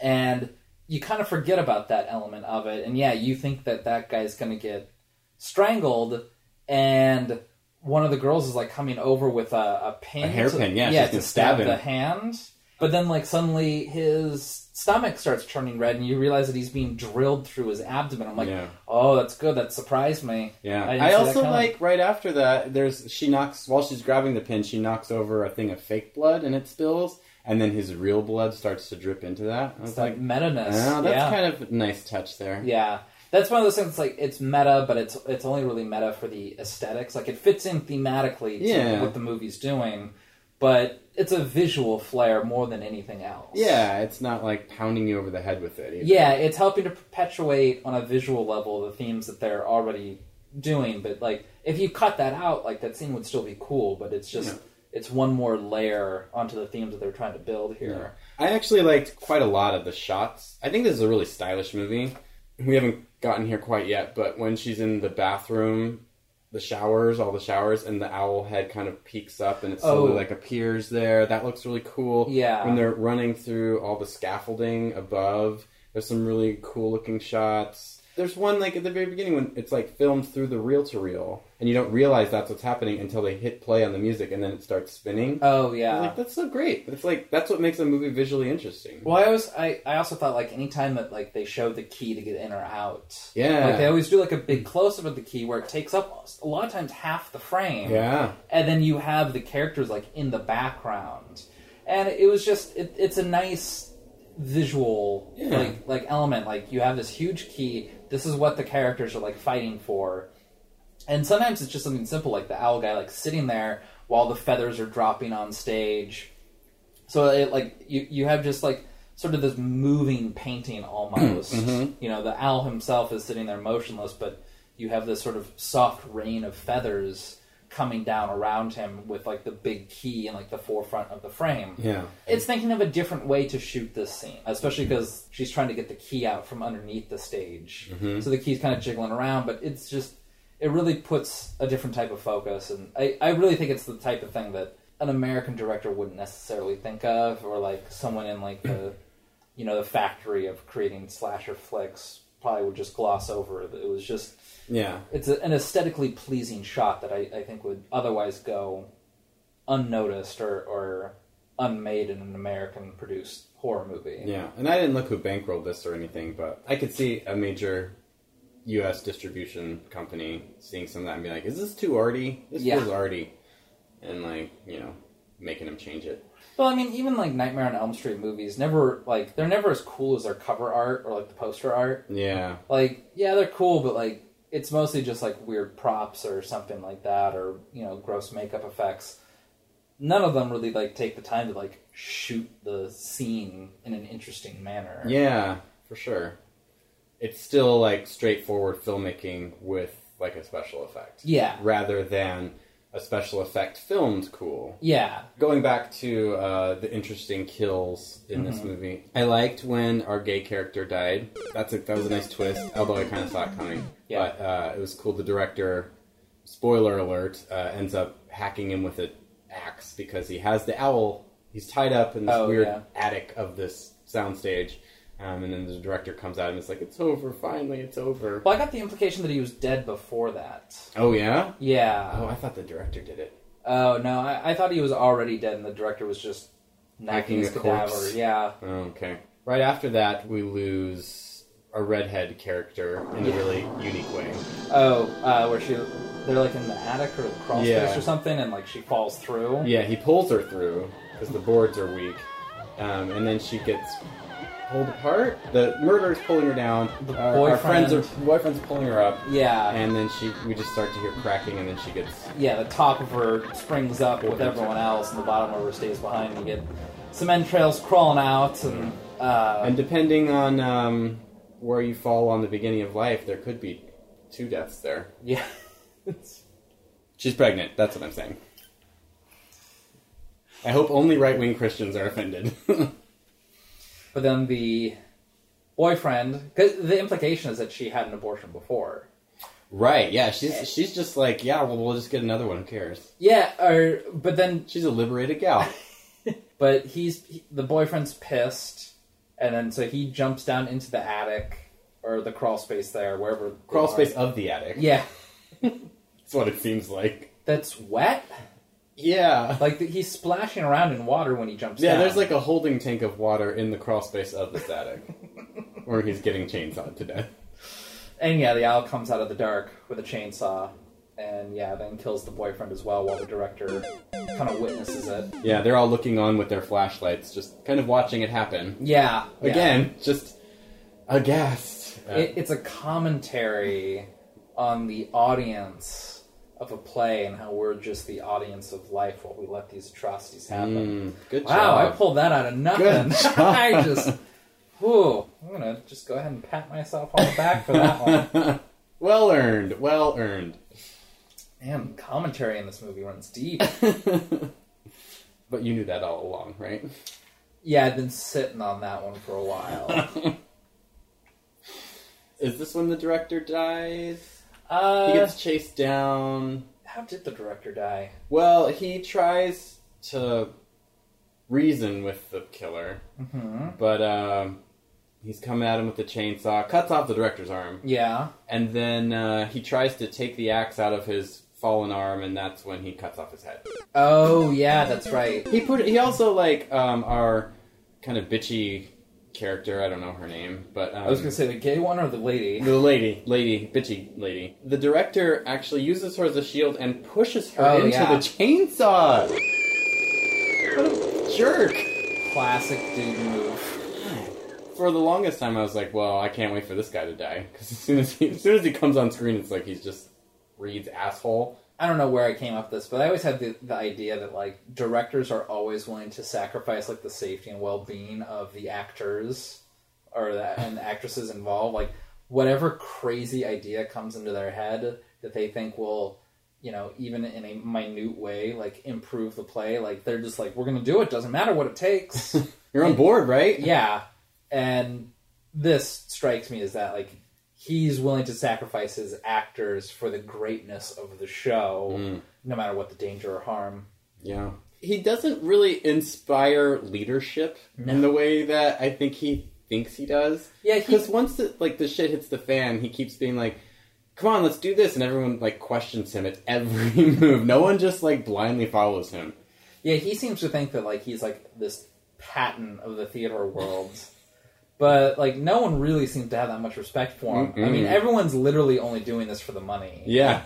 [SPEAKER 2] and you kind of forget about that element of it. And yeah, you think that that guy's going to get strangled, and one of the girls is like coming over with a, a pin,
[SPEAKER 1] A hairpin, yeah, she's
[SPEAKER 2] yeah, to
[SPEAKER 1] gonna
[SPEAKER 2] stab,
[SPEAKER 1] stab him.
[SPEAKER 2] the hand. But then, like suddenly, his stomach starts turning red, and you realize that he's being drilled through his abdomen. I'm like,
[SPEAKER 1] Yeah.
[SPEAKER 2] oh, that's good. That surprised me.
[SPEAKER 1] Yeah,
[SPEAKER 2] didn't
[SPEAKER 1] I,
[SPEAKER 2] see that
[SPEAKER 1] also
[SPEAKER 2] coming.
[SPEAKER 1] like right after that. There's she knocks while she's grabbing the pin. She knocks over a thing of fake blood and it spills, and then his real blood starts to drip into that. I was
[SPEAKER 2] It's
[SPEAKER 1] like,
[SPEAKER 2] that meta-ness.
[SPEAKER 1] oh, that's
[SPEAKER 2] yeah.
[SPEAKER 1] kind of a nice touch there.
[SPEAKER 2] Yeah, that's one of those things. Like it's meta, but it's it's only really meta for the aesthetics. Like it fits in thematically to
[SPEAKER 1] Yeah.
[SPEAKER 2] what the movie's doing, but it's a visual flair more than anything else.
[SPEAKER 1] Yeah, it's not like pounding you over the head with it. Either.
[SPEAKER 2] yeah, it's helping to perpetuate on a visual level the themes that they're already doing. But like if you cut that out, like that scene would still be cool. But it's just it's one more layer onto the themes that they're trying to build here.
[SPEAKER 1] I actually liked quite a lot of the shots. I think this is a really stylish movie. We haven't gotten here quite yet, but when she's in the bathroom, the showers, all the showers, and the owl head kind of peeks up and it slowly
[SPEAKER 2] Oh.
[SPEAKER 1] like appears there. That looks really cool.
[SPEAKER 2] Yeah.
[SPEAKER 1] When they're running through all the scaffolding above, there's some really cool looking shots. There's one like at the very beginning when it's like filmed through the reel to reel, and you don't realize that's what's happening until they hit play on the music and then it starts spinning.
[SPEAKER 2] Oh
[SPEAKER 1] I
[SPEAKER 2] yeah,
[SPEAKER 1] was like, that's so great. It's like that's what makes a movie visually interesting.
[SPEAKER 2] Well, I always I, I also thought like anytime that like they show the key to get in or out.
[SPEAKER 1] Yeah.
[SPEAKER 2] Like they always do like a big close up of the key where it takes up a lot of times half the frame.
[SPEAKER 1] yeah,
[SPEAKER 2] And then you have the characters like in the background. And it was just it, it's a nice visual
[SPEAKER 1] Yeah.
[SPEAKER 2] like like element. Like you have this huge key, this is what the characters are like fighting for. And sometimes it's just something simple like the owl guy like sitting there while the feathers are dropping on stage. So it like you you have just like sort of this moving painting almost. You know, the owl himself is sitting there motionless, but you have this sort of soft rain of feathers coming down around him with like the big key and like the forefront of the frame.
[SPEAKER 1] yeah.
[SPEAKER 2] It's thinking of a different way to shoot this scene, especially because she's trying to get the key out from underneath the stage. So the key's kind of jiggling around, but it's just, it really puts a different type of focus. And I, I really think it's the type of thing that an American director wouldn't necessarily think of, or like someone in like the, you know, the factory of creating slasher flicks probably would just gloss over. It was just,
[SPEAKER 1] Yeah,
[SPEAKER 2] it's a, an aesthetically pleasing shot that I, I think would otherwise go unnoticed or, or unmade in an American produced horror movie.
[SPEAKER 1] yeah. And I didn't look who bankrolled this or anything, but I could see a major U.S. distribution company seeing some of that and be like, "Is this too arty? This
[SPEAKER 2] Yeah.
[SPEAKER 1] feels arty," and like you know, making them change it.
[SPEAKER 2] Well, I mean, even like Nightmare on Elm Street movies never like they're never as cool as their cover art or like the poster art.
[SPEAKER 1] Yeah,
[SPEAKER 2] Like, yeah, they're cool, but like it's mostly just like weird props or something like that, or you know, gross makeup effects. None of them really like take the time to like shoot the scene in an interesting manner.
[SPEAKER 1] yeah, for sure. It's still like straightforward filmmaking with like a special effect,
[SPEAKER 2] Yeah.
[SPEAKER 1] rather than a special effect filmed cool.
[SPEAKER 2] Yeah.
[SPEAKER 1] Going back to uh, the interesting kills in this
[SPEAKER 2] Mm-hmm.
[SPEAKER 1] movie, I liked when our gay character died. That's a, that was a nice twist, although I kind of saw it coming.
[SPEAKER 2] Yeah.
[SPEAKER 1] But uh, it was cool. The director, spoiler alert, uh, ends up hacking him with an axe because he has the owl. He's tied up in this
[SPEAKER 2] Oh,
[SPEAKER 1] weird
[SPEAKER 2] yeah.
[SPEAKER 1] attic of this soundstage. Um, and then the director comes out and it's like, it's over, finally, it's over.
[SPEAKER 2] Well, I got the implication that he was dead before that.
[SPEAKER 1] Oh, yeah? Oh,
[SPEAKER 2] Yeah.
[SPEAKER 1] I thought the director did it.
[SPEAKER 2] Oh, no, I, I thought he was already dead, and the director was just
[SPEAKER 1] Hacking
[SPEAKER 2] knocking his
[SPEAKER 1] a
[SPEAKER 2] cadaver.
[SPEAKER 1] corpse.
[SPEAKER 2] Yeah.
[SPEAKER 1] Okay. Right after that, we lose a redhead character in a really unique way.
[SPEAKER 2] Oh, uh, where she they're like in the attic or the crawl space
[SPEAKER 1] Yeah.
[SPEAKER 2] or something, and like she falls through.
[SPEAKER 1] Yeah, he pulls her through because the boards are weak, um, and then she gets pulled apart. The murderer's pulling her down.
[SPEAKER 2] The
[SPEAKER 1] our, our friends are
[SPEAKER 2] boyfriend.
[SPEAKER 1] boyfriend's pulling her up,
[SPEAKER 2] Yeah.
[SPEAKER 1] and then she we just start to hear cracking, and then she gets
[SPEAKER 2] yeah, the top of her springs up with everyone else, and the bottom of her stays behind. You get some entrails crawling out, and uh,
[SPEAKER 1] And depending on um, where you fall on the beginning of life, there could be two deaths there.
[SPEAKER 2] yeah, it's
[SPEAKER 1] She's pregnant. That's what I'm saying. I hope only right wing Christians are offended.
[SPEAKER 2] But then the boyfriend, because the implication is that she had an abortion before.
[SPEAKER 1] right? Yeah, she's she's just like, yeah, well, we'll just get another one. Who cares?
[SPEAKER 2] Yeah, or but then,
[SPEAKER 1] She's a liberated gal.
[SPEAKER 2] but he's he, the boyfriend's pissed, and then so he jumps down into the attic or the crawl space there, wherever they
[SPEAKER 1] Crawl
[SPEAKER 2] are.
[SPEAKER 1] space of the attic.
[SPEAKER 2] Yeah,
[SPEAKER 1] That's what it seems like.
[SPEAKER 2] that's wet.
[SPEAKER 1] Yeah.
[SPEAKER 2] Like th- he's splashing around in water when he jumps.
[SPEAKER 1] Yeah,
[SPEAKER 2] down.
[SPEAKER 1] there's like a holding tank of water in the crawl space of this attic where he's getting chainsawed to death.
[SPEAKER 2] And yeah, the owl comes out of the dark with a chainsaw, and yeah, then kills the boyfriend as well. While the director kind of witnesses it.
[SPEAKER 1] Yeah, they're all looking on with their flashlights, just kind of watching it happen.
[SPEAKER 2] Yeah, yeah.
[SPEAKER 1] Again, just aghast. Uh,
[SPEAKER 2] it, it's a commentary on the audience of a play and how we're just the audience of life while we let these atrocities happen.
[SPEAKER 1] mm, good
[SPEAKER 2] Wow, I
[SPEAKER 1] job.
[SPEAKER 2] pulled that out of nothing.
[SPEAKER 1] Good job.
[SPEAKER 2] I just, whew, I'm gonna just go ahead and pat myself on the back for that one.
[SPEAKER 1] well earned, well earned.
[SPEAKER 2] Damn, commentary in this movie runs deep.
[SPEAKER 1] But you knew that all along, right?
[SPEAKER 2] Yeah, I've been sitting on that one for a while.
[SPEAKER 1] Is this when the director dies? He
[SPEAKER 2] Uh,
[SPEAKER 1] gets chased down.
[SPEAKER 2] how did the director die?
[SPEAKER 1] Well, he tries to reason with the killer,
[SPEAKER 2] hmm
[SPEAKER 1] but um, he's coming at him with a chainsaw, cuts off the director's arm,
[SPEAKER 2] Yeah.
[SPEAKER 1] and then uh, he tries to take the axe out of his fallen arm, and that's when he cuts off his head.
[SPEAKER 2] Oh, yeah, that's right.
[SPEAKER 1] He put. He also like um, our kind of bitchy character. I don't know her name, but um,
[SPEAKER 2] I was gonna say the gay one or the lady.
[SPEAKER 1] The lady, lady, bitchy lady. The director actually uses her as a shield and pushes her
[SPEAKER 2] Oh,
[SPEAKER 1] into
[SPEAKER 2] yeah.
[SPEAKER 1] the chainsaw. What a jerk!
[SPEAKER 2] Classic dude move.
[SPEAKER 1] For the longest time, I was like, "Well, I can't wait for this guy to die." Because as soon as he, as soon as he comes on screen, it's like he's just reads asshole.
[SPEAKER 2] I don't know where I came up with this, but I always had the, the idea that like directors are always willing to sacrifice like the safety and well being of the actors or the, and the actresses involved. Like whatever crazy idea comes into their head that they think will, you know, even in a minute way, like improve the play. Like they're just like, we're gonna do it. Doesn't matter what it takes.
[SPEAKER 1] You're on board, right?
[SPEAKER 2] yeah, and this strikes me as that like he's willing to sacrifice his actors for the greatness of the show,
[SPEAKER 1] Mm.
[SPEAKER 2] no matter what the danger or harm.
[SPEAKER 1] Yeah. He doesn't really inspire leadership in the way that I think he thinks he does.
[SPEAKER 2] Yeah, he-
[SPEAKER 1] because once the, like the shit hits the fan, he keeps being like, "Come on, let's do this," and everyone like questions him at every move. No one just like blindly follows him.
[SPEAKER 2] Yeah, he seems to think that like he's like this pattern of the theater world. But like no one really seems to have that much respect for him. I mean,
[SPEAKER 1] Mm-mm.
[SPEAKER 2] everyone's literally only doing this for the money.
[SPEAKER 1] Yeah,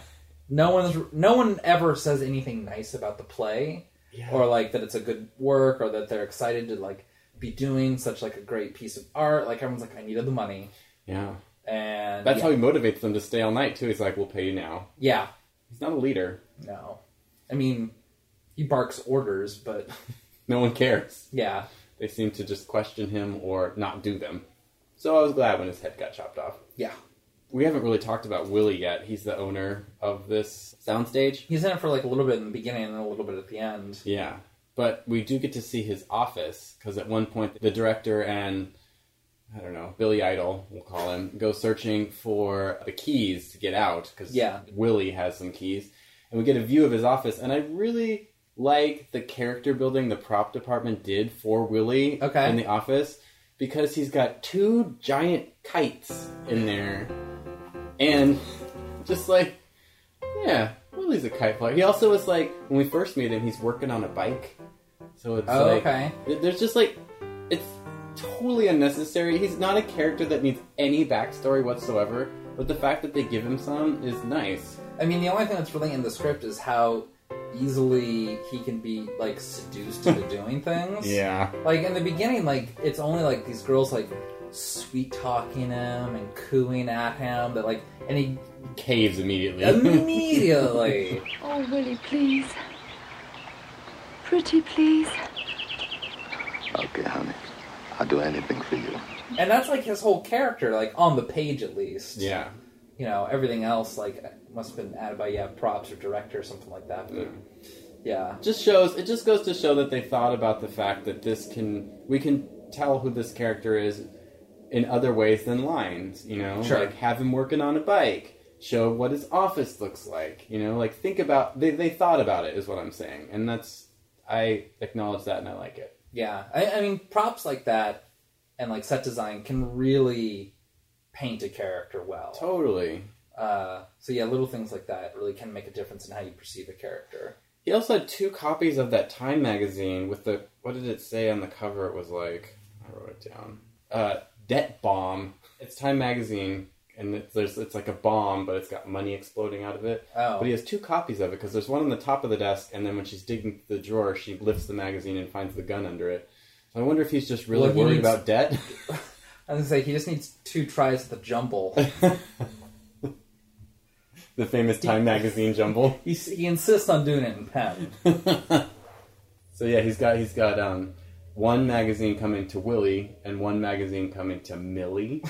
[SPEAKER 2] No one's no one ever says anything nice about the play or like that it's a good work or that they're excited to like be doing such like a great piece of art. Like everyone's like I needed the money
[SPEAKER 1] yeah.
[SPEAKER 2] and
[SPEAKER 1] That's
[SPEAKER 2] yeah,
[SPEAKER 1] how he motivates them to stay all night too. He's like, "We'll pay you now."
[SPEAKER 2] yeah,
[SPEAKER 1] He's not a leader.
[SPEAKER 2] no. I mean, he barks orders, but
[SPEAKER 1] No one cares.
[SPEAKER 2] yeah.
[SPEAKER 1] They seem to just question him or not do them. So I was glad when his head got chopped off.
[SPEAKER 2] Yeah.
[SPEAKER 1] We haven't really talked about Willie yet. He's the owner of this soundstage.
[SPEAKER 2] He's in it for like a little bit in the beginning and a little bit at the end.
[SPEAKER 1] Yeah. But we do get to see his office because at one point the director and I don't know, Billy Idol, we'll call him, go searching for the keys to get out because
[SPEAKER 2] Yeah.
[SPEAKER 1] Willie has some keys. And we get a view of his office. And I really like the character building the prop department did for Willie
[SPEAKER 2] Okay.
[SPEAKER 1] in the office because he's got two giant kites in there. And just like yeah, Willie's a kite flyer. He also is like when we first meet him, he's working on a bike, so it's
[SPEAKER 2] Oh,
[SPEAKER 1] like
[SPEAKER 2] okay.
[SPEAKER 1] th- there's just like it's totally unnecessary. He's not a character that needs any backstory whatsoever, but the fact that they give him some is nice.
[SPEAKER 2] I mean, the only thing that's really in the script is how easily he can be like seduced into doing things. Like in the beginning, like it's only like these girls like sweet talking him and cooing at him, but like, and he
[SPEAKER 1] caves immediately.
[SPEAKER 2] immediately.
[SPEAKER 4] Oh, Willie, please. Pretty, please.
[SPEAKER 7] Okay, honey. I'll do anything for you.
[SPEAKER 2] and that's like his whole character, like on the page at least.
[SPEAKER 1] yeah,
[SPEAKER 2] You know, everything else like must have been added by yeah props or director or something like that. But, yeah.
[SPEAKER 1] just shows it just goes to show that they thought about the fact that this can we can tell who this character is in other ways than lines you know
[SPEAKER 2] Sure.
[SPEAKER 1] like have him working on a bike show what his office looks like you know like think about they, they thought about it is what i'm saying and that's i acknowledge that and i like it
[SPEAKER 2] Yeah, I, I mean, props like that and like set design can really paint a character well.
[SPEAKER 1] totally
[SPEAKER 2] Uh, so yeah, little things like that really can make a difference in how you perceive a character.
[SPEAKER 1] He also had two copies of that Time magazine with the what did it say on the cover? It was like I wrote it down. Uh, debt bomb. It's Time magazine, and it's, there's it's like a bomb, but it's got money exploding out of it.
[SPEAKER 2] Oh.
[SPEAKER 1] But he has two copies of it because there's one on the top of the desk, and then when she's digging through the drawer, she lifts the magazine and finds the gun under it. So I wonder if he's just really
[SPEAKER 2] Well, he
[SPEAKER 1] worried
[SPEAKER 2] needs-
[SPEAKER 1] about debt.
[SPEAKER 2] I was gonna say he just needs two tries at the jumble.
[SPEAKER 1] the famous Time magazine jumble.
[SPEAKER 2] he, he insists on doing it in pen.
[SPEAKER 1] So yeah, he's got he's got um one magazine coming to Willie and one magazine coming to Millie.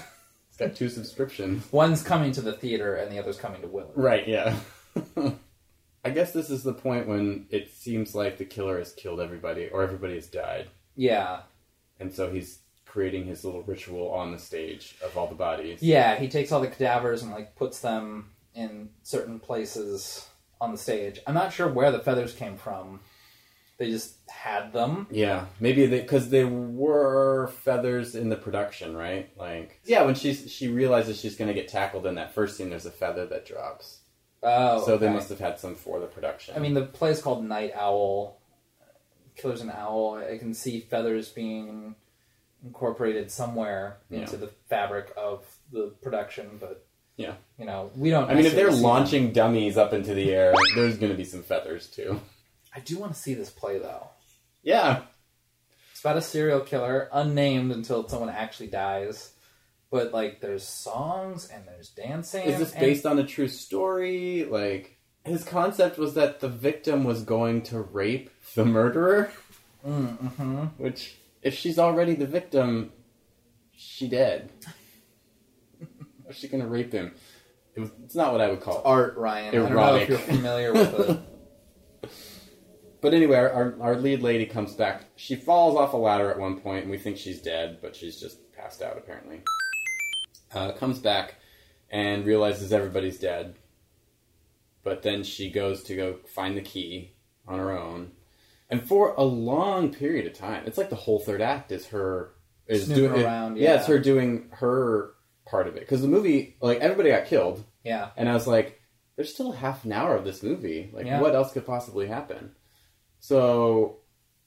[SPEAKER 1] He's got two subscriptions.
[SPEAKER 2] One's coming to the theater and the other's coming to Willie.
[SPEAKER 1] Right, yeah. I guess this is the point when it seems like the killer has killed everybody or everybody has died.
[SPEAKER 2] Yeah,
[SPEAKER 1] And so he's creating his little ritual on the stage of all the bodies.
[SPEAKER 2] yeah. He takes all the cadavers and like puts them in certain places on the stage. I'm not sure where the feathers came from. They just had them.
[SPEAKER 1] Yeah, maybe because they, were feathers in the production, right? Like, yeah, when she's she realizes she's going to get tackled in that first scene, there's a feather that drops.
[SPEAKER 2] Oh,
[SPEAKER 1] So they
[SPEAKER 2] okay.
[SPEAKER 1] must have had some for the production.
[SPEAKER 2] I mean, the play's called Night Owl. Killer's an owl. I can see feathers being incorporated somewhere
[SPEAKER 1] Yeah.
[SPEAKER 2] into the fabric of the production, but
[SPEAKER 1] Yeah.
[SPEAKER 2] you know, we don't.
[SPEAKER 1] I mean, if they're
[SPEAKER 2] necessarily see them.
[SPEAKER 1] launching dummies up into the air, there's going to be some feathers too.
[SPEAKER 2] I do want to see this play though.
[SPEAKER 1] Yeah,
[SPEAKER 2] It's about a serial killer, unnamed until someone actually dies. But like, there's songs and there's dancing.
[SPEAKER 1] is this
[SPEAKER 2] and-
[SPEAKER 1] based on a true story? Like, his concept was that the victim was going to rape the murderer, mm-hmm. which, if she's already the victim, she dead. How's she going to rape him? It was, it's not what I would call it.
[SPEAKER 2] art, Ryan? I don't know
[SPEAKER 1] Erotic.
[SPEAKER 2] if you're familiar with it.
[SPEAKER 1] But anyway, our, our lead lady comes back. She falls off a ladder at one point, and we think she's dead, but she's just passed out apparently. Uh, comes back and realizes everybody's dead. But then she goes to go find the key on her own, and for a long period of time, it's like the whole third act is her is
[SPEAKER 2] Snooping
[SPEAKER 1] doing
[SPEAKER 2] around,
[SPEAKER 1] yeah, it's
[SPEAKER 2] yeah.
[SPEAKER 1] her doing her part of it because the movie like everybody got killed,
[SPEAKER 2] yeah,
[SPEAKER 1] and I was like, there's still half an hour of this movie. Like,
[SPEAKER 2] Yeah.
[SPEAKER 1] what else could possibly happen? So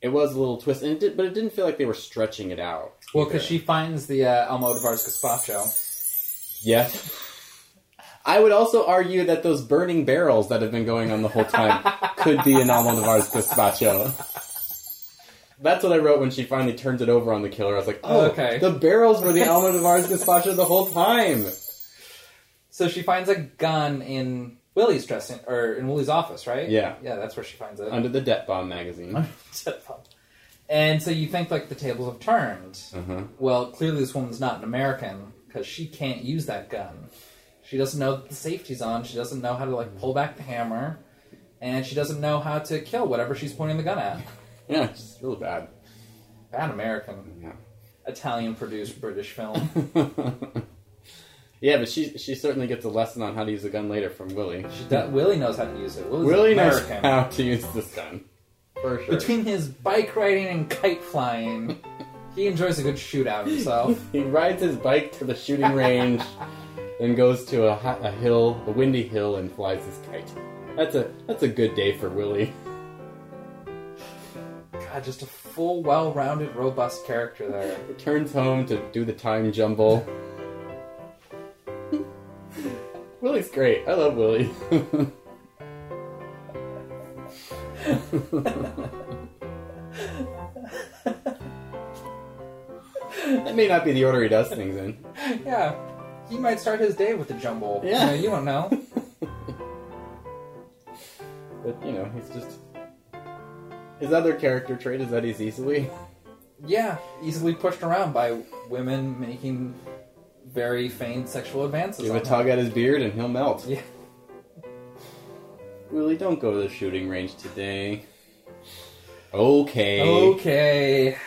[SPEAKER 1] it was a little twist, and it did, but it didn't feel like they were stretching it out.
[SPEAKER 2] well, because
[SPEAKER 1] either.
[SPEAKER 2] she finds the uh, Almodovar's gazpacho.
[SPEAKER 1] Yes. I would also argue that those burning barrels that have been going on the whole time could be an Almodovar's gazpacho. That's what I wrote when she finally turns it over on the killer. I was like, oh,
[SPEAKER 2] Okay.
[SPEAKER 1] the barrels were the Almodovar's gazpacho the whole time.
[SPEAKER 2] So she finds a gun in Willie's dressing or in Willie's office, right?
[SPEAKER 1] Yeah.
[SPEAKER 2] yeah, that's where she finds it.
[SPEAKER 1] Under the Debt Bomb magazine.
[SPEAKER 2] and so you think like the tables have turned.
[SPEAKER 1] Uh-huh.
[SPEAKER 2] Well, clearly this woman's not an American because she can't use that gun. She doesn't know that the safety's on. She doesn't know how to like pull back the hammer, and she doesn't know how to kill whatever she's pointing the gun at.
[SPEAKER 1] Yeah, it's just really bad.
[SPEAKER 2] Bad American,
[SPEAKER 1] Yeah.
[SPEAKER 2] Italian produced British film.
[SPEAKER 1] yeah, but she she certainly gets a lesson on how to use a gun later from Willie.
[SPEAKER 2] She do- Willie knows how to use it. Willie's
[SPEAKER 1] Willie
[SPEAKER 2] an
[SPEAKER 1] knows
[SPEAKER 2] American.
[SPEAKER 1] how to use this gun. For sure.
[SPEAKER 2] Between his bike riding and kite flying, he enjoys a good shootout himself.
[SPEAKER 1] he rides his bike to the shooting range, then goes to a, hi- a hill, a windy hill, and flies his kite. That's a that's a good day for Willie.
[SPEAKER 2] God, just a full, well-rounded, robust character there.
[SPEAKER 1] Returns home to do the time jumble. Willie's great. I love Willie. that may not be the order he does things in.
[SPEAKER 2] Yeah, he might start his day with a jumble.
[SPEAKER 1] Yeah.
[SPEAKER 2] you, know, you don't know.
[SPEAKER 1] But you know, he's just his other character trait is that he's easily
[SPEAKER 2] yeah, easily pushed around by women making very feigned sexual advances.
[SPEAKER 1] give
[SPEAKER 2] on
[SPEAKER 1] a
[SPEAKER 2] him.
[SPEAKER 1] tug at his beard and he'll melt.
[SPEAKER 2] Yeah.
[SPEAKER 1] Willie, don't go to the shooting range today. Okay.
[SPEAKER 2] Okay.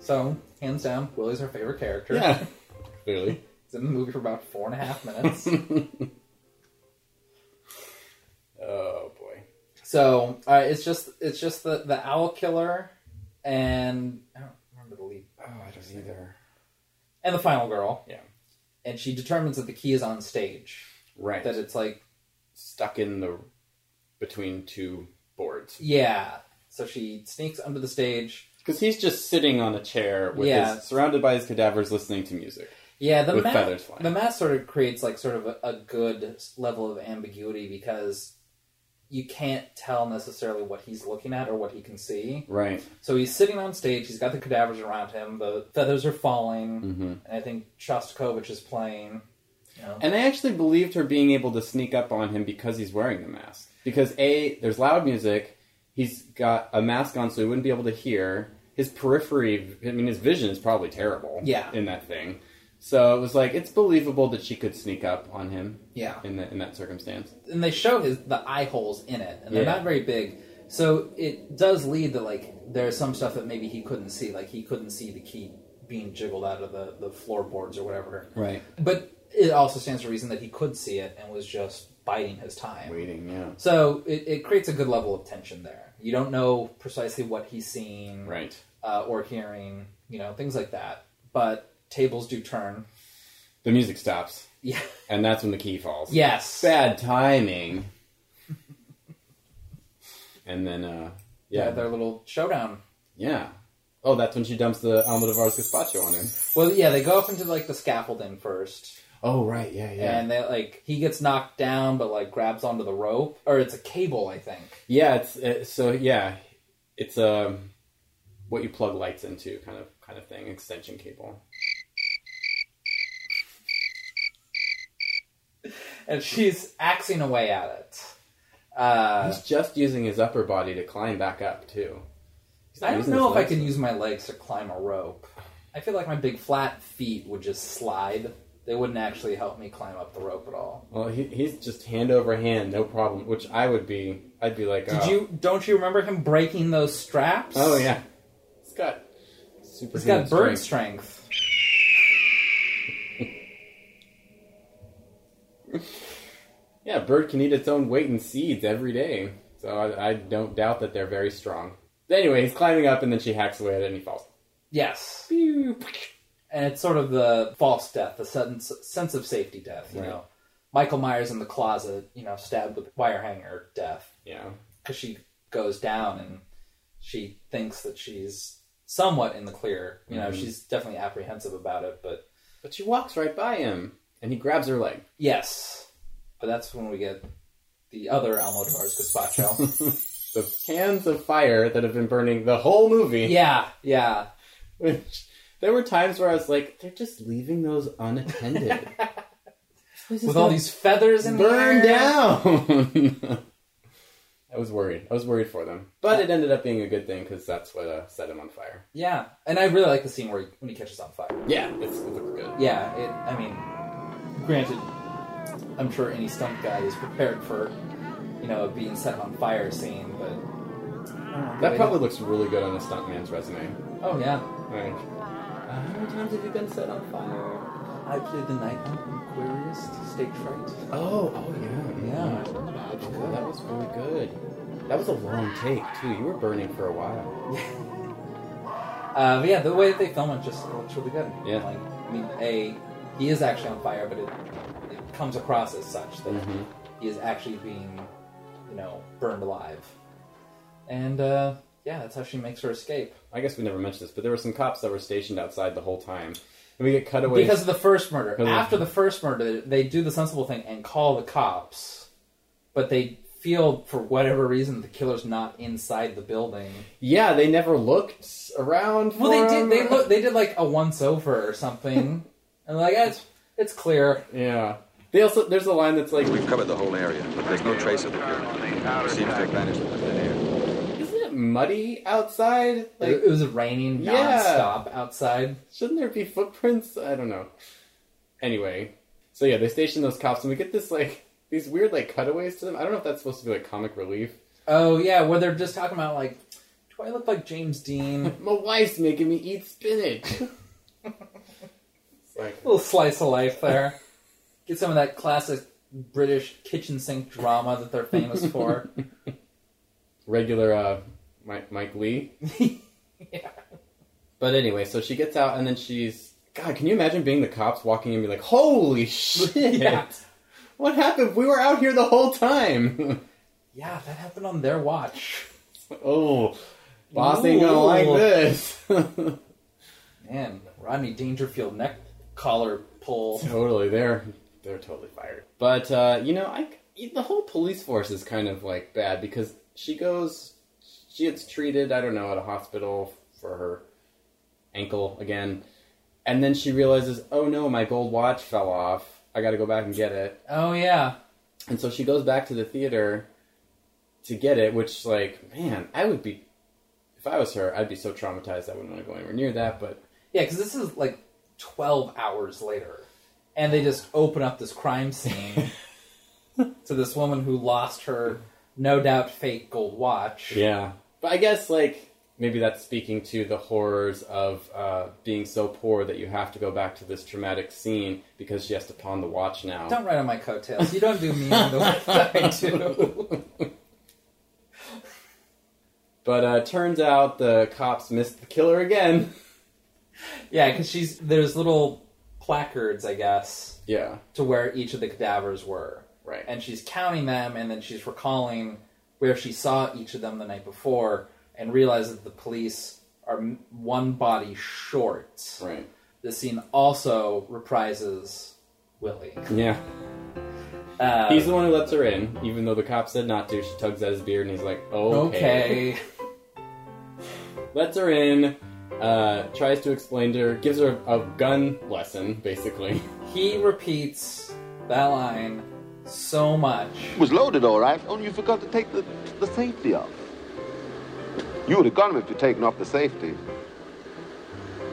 [SPEAKER 2] So, hands down, Willie's our favorite character.
[SPEAKER 1] Yeah. Clearly.
[SPEAKER 2] He's in the movie for about four and a half minutes.
[SPEAKER 1] Oh boy.
[SPEAKER 2] so uh, it's just it's just the the owl killer, and I don't remember the lead
[SPEAKER 1] Oh, I don't either.
[SPEAKER 2] and the final girl.
[SPEAKER 1] Yeah.
[SPEAKER 2] and she determines that the key is on stage.
[SPEAKER 1] Right.
[SPEAKER 2] That it's like
[SPEAKER 1] stuck in the between two boards
[SPEAKER 2] yeah. So she sneaks under the stage.
[SPEAKER 1] because he's just sitting on a chair with
[SPEAKER 2] Yeah.
[SPEAKER 1] his, surrounded by his cadavers, listening to music.
[SPEAKER 2] Yeah, the
[SPEAKER 1] With
[SPEAKER 2] math
[SPEAKER 1] feathers flying.
[SPEAKER 2] the math sort of creates like sort of a, a good level of ambiguity because you can't tell necessarily what he's looking at or what he can see.
[SPEAKER 1] Right.
[SPEAKER 2] So he's sitting on stage. He's got the cadavers around him. The feathers are falling,
[SPEAKER 1] hmm
[SPEAKER 2] and I think Shostakovich is playing. You know?
[SPEAKER 1] And I actually believed her being able to sneak up on him because he's wearing the mask. Because A, there's loud music, he's got a mask on so he wouldn't be able to hear. His periphery, I mean, his vision is probably terrible
[SPEAKER 2] Yeah.
[SPEAKER 1] in that thing. So it was like, it's believable that she could sneak up on him
[SPEAKER 2] yeah,
[SPEAKER 1] in, the, in that circumstance.
[SPEAKER 2] and they show his the eye holes in it, and they're
[SPEAKER 1] Yeah.
[SPEAKER 2] not very big. So it does lead that like there's some stuff that maybe he couldn't see, like he couldn't see the key being jiggled out of the, the floorboards or whatever.
[SPEAKER 1] Right.
[SPEAKER 2] But it also stands to reason that he could see it and was just biding his time.
[SPEAKER 1] Waiting, yeah.
[SPEAKER 2] So it, it creates a good level of tension there. You don't know precisely what he's seeing
[SPEAKER 1] Right.
[SPEAKER 2] uh, or hearing, you know, things like that. But tables do turn.
[SPEAKER 1] The music stops,
[SPEAKER 2] Yeah.
[SPEAKER 1] and that's when the key falls.
[SPEAKER 2] Yes.
[SPEAKER 1] Bad timing. and then, uh,
[SPEAKER 2] Yeah,
[SPEAKER 1] yeah.
[SPEAKER 2] their little showdown.
[SPEAKER 1] Yeah. Oh, that's when she dumps the Almodovar's gazpacho on him.
[SPEAKER 2] Well, yeah, they go up into like the scaffolding first,
[SPEAKER 1] Oh right, yeah,
[SPEAKER 2] and they like he gets knocked down, but like grabs onto the rope, or it's a cable, I think.
[SPEAKER 1] yeah. It's uh so yeah, it's um what you plug lights into kind of kind of thing, extension cable.
[SPEAKER 2] And she's axing away at it. Uh,
[SPEAKER 1] He's just using his upper body to climb back up too. He's not
[SPEAKER 2] I don't
[SPEAKER 1] using
[SPEAKER 2] know
[SPEAKER 1] his
[SPEAKER 2] if I
[SPEAKER 1] legs.
[SPEAKER 2] can use my legs to climb a rope. I feel like my big flat feet would just slide. They wouldn't actually help me climb up the rope at all.
[SPEAKER 1] Well, he, he's just hand over hand, no problem. Which I would be. I'd be like,
[SPEAKER 2] Did
[SPEAKER 1] oh.
[SPEAKER 2] you? Don't you remember him breaking those straps?
[SPEAKER 1] Oh yeah, he's got super.
[SPEAKER 2] he's got bird strength.
[SPEAKER 1] Yeah, a bird can eat its own weight in seeds every day, so I, I don't doubt that they're very strong. Anyway, he's climbing up, and then she hacks away at it, and he falls.
[SPEAKER 2] Yes.
[SPEAKER 1] Pew.
[SPEAKER 2] and it's sort of the false death, the sense sense of safety death. You
[SPEAKER 1] Right.
[SPEAKER 2] know, Michael Myers in the closet, you know, stabbed with wire hanger death
[SPEAKER 1] Yeah,
[SPEAKER 2] because she goes down and she thinks that she's somewhat in the clear. You know,
[SPEAKER 1] Mhm.
[SPEAKER 2] she's definitely apprehensive about it, but
[SPEAKER 1] but she walks right by him, and he grabs her leg.
[SPEAKER 2] yes, but that's when we get the other Almodovar's gazpacho.
[SPEAKER 1] The cans of fire that have been burning the whole movie.
[SPEAKER 2] yeah, yeah.
[SPEAKER 1] Which there were times where I was like, they're just leaving those unattended.
[SPEAKER 2] With all these feathers in the
[SPEAKER 1] burn
[SPEAKER 2] air.
[SPEAKER 1] down. I was worried. I was worried for them, but it ended up being a good thing because that's what uh, set him on fire.
[SPEAKER 2] Yeah, and I really like the scene where he, when he catches on fire.
[SPEAKER 1] Yeah, it's, it looks good.
[SPEAKER 2] Yeah, it, I mean, granted, I'm sure any stunt guy is prepared for, you know, being set on fire scene, but. Uh,
[SPEAKER 1] That probably looks really good on a stuntman's resume.
[SPEAKER 2] Oh, yeah.
[SPEAKER 1] Like, Uh, how many times have you been set on fire?
[SPEAKER 2] I played the night queerest stage fright.
[SPEAKER 1] Oh, oh yeah,
[SPEAKER 2] Yeah.
[SPEAKER 1] Oh, that was really good. That was a long take too. You were burning for a while.
[SPEAKER 2] Uh, but yeah, the way that they film it just looks really good.
[SPEAKER 1] Yeah.
[SPEAKER 2] Like, I mean, A, he is actually on fire, but it, it comes across as such that
[SPEAKER 1] Mhm.
[SPEAKER 2] he is actually being, you know, burned alive. And, uh, yeah, that's how she makes her escape.
[SPEAKER 1] I guess we never mentioned this, but there were some cops that were stationed outside the whole time, and we get cutaways.
[SPEAKER 2] Because of the first murder.
[SPEAKER 1] Because of-
[SPEAKER 2] After the first murder, they do the sensible thing and call the cops, but they feel for whatever reason the killer's not inside the building.
[SPEAKER 1] yeah, they never looked around.
[SPEAKER 2] Well, they
[SPEAKER 1] for
[SPEAKER 2] did.
[SPEAKER 1] him.
[SPEAKER 2] They look. They did like a once over or something, and like "Ah, it's it's clear.
[SPEAKER 1] Yeah. They also there's a line that's like,
[SPEAKER 8] We've covered the whole area, but there's no trace of the building. It seems to have vanished into thin air.
[SPEAKER 1] isn't it muddy outside? Like,
[SPEAKER 2] it was raining
[SPEAKER 1] Yeah.
[SPEAKER 2] nonstop outside.
[SPEAKER 1] shouldn't there be footprints? I don't know. Anyway, so yeah, they station those cops, and we get this like these weird like cutaways to them. I don't know if that's supposed to be like comic relief.
[SPEAKER 2] Oh yeah, where they're just talking about like, do I look like James Dean?
[SPEAKER 1] My wife's making me eat spinach. it's like
[SPEAKER 2] little slice of life there. Get some of that classic British kitchen sink drama that they're famous for.
[SPEAKER 1] regular uh, Mike Mike Lee.
[SPEAKER 2] Yeah.
[SPEAKER 1] But anyway, so she gets out, and then she's God, can you imagine being the cops walking in and be like, holy shit!
[SPEAKER 2] Yeah.
[SPEAKER 1] What happened? We were out here the whole time!
[SPEAKER 2] Yeah, that happened on their watch.
[SPEAKER 1] oh, boss ain't gonna
[SPEAKER 2] Ooh.
[SPEAKER 1] like this!
[SPEAKER 2] Man, Rodney Dangerfield neck collar pull.
[SPEAKER 1] totally, they're, they're totally fired. But, uh, you know, I, the whole police force is kind of like bad because she goes, she gets treated, I don't know, at a hospital for her ankle again. And then she realizes, oh no, my gold watch fell off. I gotta go back and get it.
[SPEAKER 2] Oh yeah.
[SPEAKER 1] And so she goes back to the theater to get it, which, like, man, I would be, if I was her, I'd be so traumatized I wouldn't want to go anywhere near that. But
[SPEAKER 2] Yeah, because this is like 12 hours later. And they just open up this crime scene to this woman who lost her, no doubt, fake gold watch.
[SPEAKER 1] yeah, but I guess like maybe that's speaking to the horrors of uh, being so poor that you have to go back to this traumatic scene because she has to pawn the watch now.
[SPEAKER 2] Don't ride on my coattails. You don't do me the way that I do.
[SPEAKER 1] But uh, turns out the cops missed the killer again.
[SPEAKER 2] Yeah, because she's there's little placards, I guess,
[SPEAKER 1] yeah,
[SPEAKER 2] to where each of the cadavers were.
[SPEAKER 1] right.
[SPEAKER 2] and she's counting them and then she's recalling where she saw each of them the night before and realizes that the police are m- one body short.
[SPEAKER 1] right.
[SPEAKER 2] This scene also reprises Willie.
[SPEAKER 1] Yeah.
[SPEAKER 2] Uh,
[SPEAKER 1] He's the one who lets her in, even though the cop said not to. She tugs at his beard and he's like,
[SPEAKER 2] okay.
[SPEAKER 1] lets her in, uh, tries to explain to her, gives her a gun lesson, basically.
[SPEAKER 2] He repeats that line so much.
[SPEAKER 7] It was loaded, all right. Only you forgot to take the, the safety off. You would have got him if you'd taken off the safety.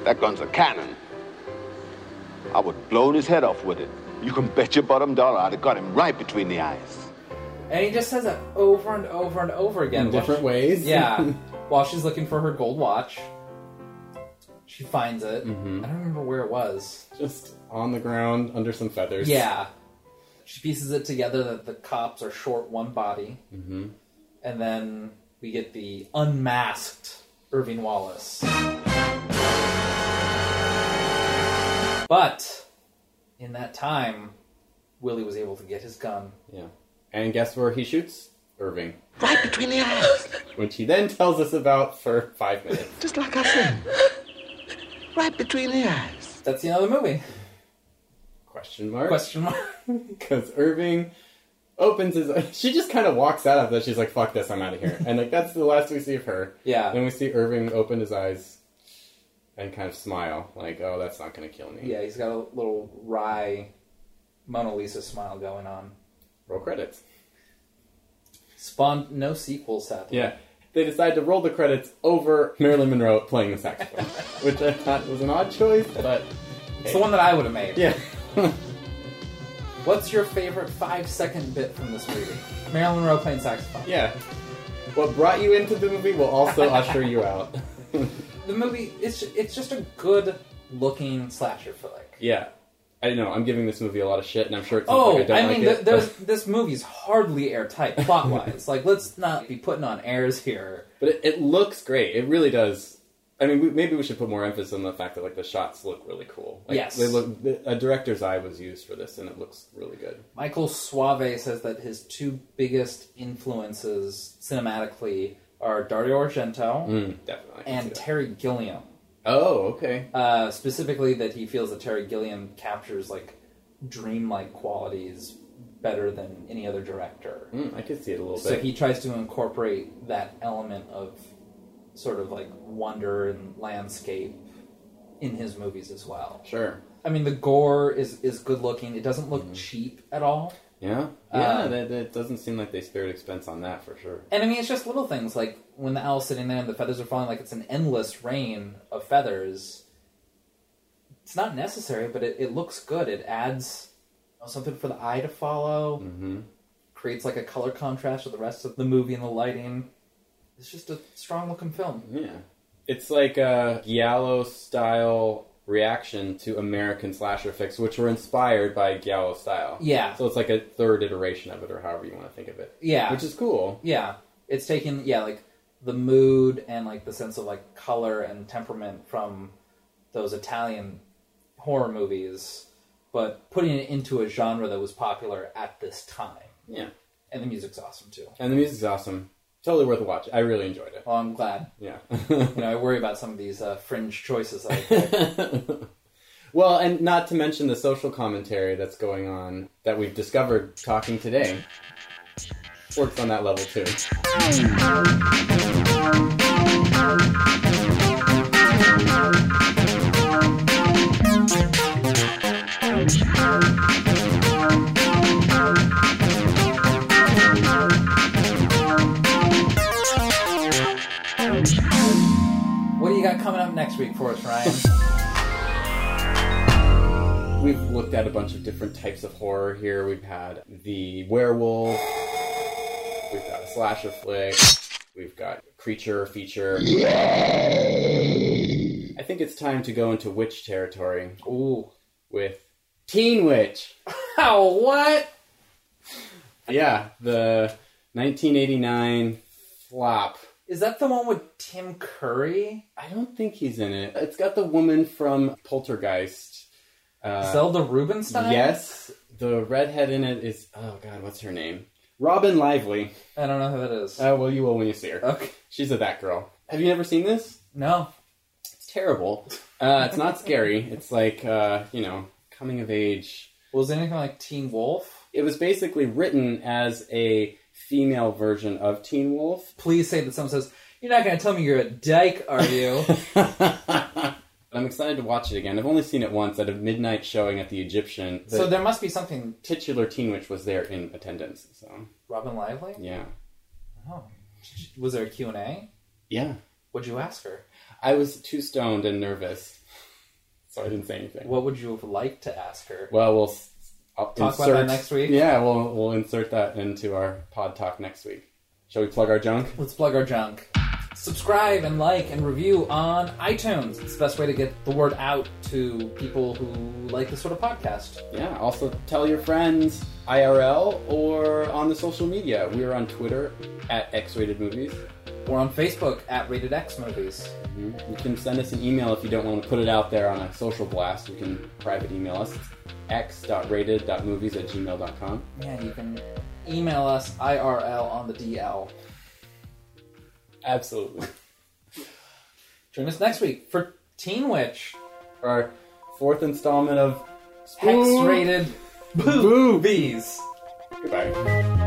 [SPEAKER 7] That gun's a cannon. I would have blown his head off with it. You can bet your bottom dollar I'd have got him right between the eyes.
[SPEAKER 2] And he just says it over and over and over again.
[SPEAKER 1] In different
[SPEAKER 2] while she-
[SPEAKER 1] ways.
[SPEAKER 2] Yeah. while she's looking for her gold watch, she finds it.
[SPEAKER 1] Mm-hmm.
[SPEAKER 2] I don't remember where it was.
[SPEAKER 1] Just on the ground under some feathers.
[SPEAKER 2] Yeah. She pieces it together that the cops are short one body. Mm-hmm. And then we get the unmasked Irving Wallace. But in that time, Willie was able to get his gun.
[SPEAKER 1] Yeah. And guess where he shoots? Irving.
[SPEAKER 7] Right between the eyes.
[SPEAKER 1] Which he then tells us about for five minutes.
[SPEAKER 7] Just like I said. Right between the eyes.
[SPEAKER 2] That's the end of the movie.
[SPEAKER 1] Question mark.
[SPEAKER 2] Question mark.
[SPEAKER 1] Because Irving opens his. She just kind of walks out of that. She's like, fuck this, I'm out of here. And like, that's the last we see of her.
[SPEAKER 2] Yeah.
[SPEAKER 1] Then we see Irving open his eyes and kind of smile, like, oh, that's not going to kill me.
[SPEAKER 2] Yeah, he's got a little wry Mona Lisa smile going on.
[SPEAKER 1] Roll credits.
[SPEAKER 2] Spawned no sequel, sadly.
[SPEAKER 1] Yeah. They decide to roll the credits over Marilyn Monroe playing the saxophone, which I thought was an odd choice, but
[SPEAKER 2] It's the one that I would have made.
[SPEAKER 1] yeah.
[SPEAKER 2] What's your favorite five second bit from this movie? Marilyn Monroe playing saxophone.
[SPEAKER 1] yeah. What brought you into the movie will also usher you out.
[SPEAKER 2] The movie, it's it's just a good looking slasher flick.
[SPEAKER 1] yeah. I know, I'm giving this movie a lot of shit, and I'm sure it's
[SPEAKER 2] Oh,
[SPEAKER 1] like I don't
[SPEAKER 2] I
[SPEAKER 1] like
[SPEAKER 2] mean,
[SPEAKER 1] it,
[SPEAKER 2] th- there's,
[SPEAKER 1] but-
[SPEAKER 2] this movie's hardly airtight plot wise. like, let's not be putting on airs here.
[SPEAKER 1] But it, it looks great. It really does. I mean, we, maybe we should put more emphasis on the fact that like the shots look really cool. Like,
[SPEAKER 2] Yes.
[SPEAKER 1] they look. The, a director's eye was used for this, and it looks really good.
[SPEAKER 2] Michael Suave says that his two biggest influences cinematically are Dario Argento
[SPEAKER 1] Mm, definitely. I can see
[SPEAKER 2] and
[SPEAKER 1] that.
[SPEAKER 2] Terry Gilliam.
[SPEAKER 1] oh, okay.
[SPEAKER 2] uh, specifically that he feels that Terry Gilliam captures like dreamlike qualities better than any other director.
[SPEAKER 1] Mm, I could see it a little
[SPEAKER 2] So
[SPEAKER 1] bit.
[SPEAKER 2] he tries to incorporate that element of sort of like wonder and landscape in his movies as well.
[SPEAKER 1] sure.
[SPEAKER 2] I mean, the gore is is good looking. It doesn't look cheap at all.
[SPEAKER 1] Yeah, yeah.
[SPEAKER 2] Um,
[SPEAKER 1] Uh, that, that doesn't seem like they spared expense on that for sure.
[SPEAKER 2] And I mean, it's just little things like when the owl's sitting there and the feathers are falling, like it's an endless rain of feathers. It's not necessary, but it, it looks good. It adds you know, something for the eye to follow,
[SPEAKER 1] Mm-hmm.
[SPEAKER 2] creates like a color contrast with the rest of the movie and the lighting. It's just a strong looking film.
[SPEAKER 1] Yeah, it's like a Giallo style reaction to American slasher flicks, which were inspired by Giallo style.
[SPEAKER 2] Yeah.
[SPEAKER 1] So it's like a third iteration of it, or however you want to think of it,
[SPEAKER 2] Yeah.
[SPEAKER 1] which is cool.
[SPEAKER 2] yeah. It's taking, yeah, like the mood and like the sense of like color and temperament from those Italian horror movies, but putting it into a genre that was popular at this time.
[SPEAKER 1] Yeah.
[SPEAKER 2] And the music's awesome too.
[SPEAKER 1] And the music's awesome. Totally worth a watch. I really enjoyed it.
[SPEAKER 2] Well, I'm glad.
[SPEAKER 1] Yeah.
[SPEAKER 2] You know, I worry about some of these uh, fringe choices. That I pick.
[SPEAKER 1] well, and not to mention the social commentary that's going on that we've discovered talking today. Works on that level too.
[SPEAKER 2] what do you got coming up next week for us, Ryan?
[SPEAKER 1] We've looked at a bunch of different types of horror here. We've had the werewolf, we've got a slasher flick, we've got creature feature. I think it's time to go into witch territory
[SPEAKER 2] Ooh.
[SPEAKER 1] with Teen Witch.
[SPEAKER 2] Oh, what?
[SPEAKER 1] Yeah, the 1989 flop.
[SPEAKER 2] Is that the one with Tim Curry?
[SPEAKER 1] I don't think he's in it. It's got the woman from Poltergeist. Uh,
[SPEAKER 2] Zelda Rubinstein?
[SPEAKER 1] yes, the redhead in it is oh god, what's her name? Robin Lively.
[SPEAKER 2] I don't know who that is.
[SPEAKER 1] Uh, well, you will when you see her.
[SPEAKER 2] okay.
[SPEAKER 1] She's a that girl. Have you never seen this?
[SPEAKER 2] No.
[SPEAKER 1] It's terrible. Uh, it's not scary. It's like uh, you know, coming of age.
[SPEAKER 2] Was it anything like Teen Wolf?
[SPEAKER 1] It was basically written as a female version of Teen Wolf.
[SPEAKER 2] Please say that someone says, You're not going to tell me you're a dyke, are you?
[SPEAKER 1] I'm excited to watch it again. I've only seen it once at a midnight showing at the Egyptian. The
[SPEAKER 2] so there must be something.
[SPEAKER 1] titular Teen Witch was there in attendance. So
[SPEAKER 2] Robin Lively?
[SPEAKER 1] yeah,
[SPEAKER 2] Oh. Was there a Q&A?
[SPEAKER 1] yeah.
[SPEAKER 2] What'd you ask her?
[SPEAKER 1] I was too stoned and nervous, so I didn't say anything.
[SPEAKER 2] What would you have liked to ask her?
[SPEAKER 1] Well, we'll s- I'll
[SPEAKER 2] Talk about
[SPEAKER 1] insert,
[SPEAKER 2] that next week?
[SPEAKER 1] Yeah, we'll we'll insert that into our pod talk next week. Shall we plug our junk?
[SPEAKER 2] Let's plug our junk. Subscribe and like and review on iTunes. It's the best way to get the word out to people who like this sort of podcast.
[SPEAKER 1] Yeah. Also, tell your friends IRL or on the social media. We're on Twitter at X Rated Movies.
[SPEAKER 2] We're on Facebook at Rated X Movies.
[SPEAKER 1] You can send us an email if you don't want to put it out there on a social blast. You can private email us x.rated.movies at gmail.com.
[SPEAKER 2] Yeah, you can email us IRL on the DL.
[SPEAKER 1] Absolutely.
[SPEAKER 2] Join us next week for Teen Witch
[SPEAKER 1] Our fourth installment of
[SPEAKER 2] Hex Rated Boobies.
[SPEAKER 1] Goodbye.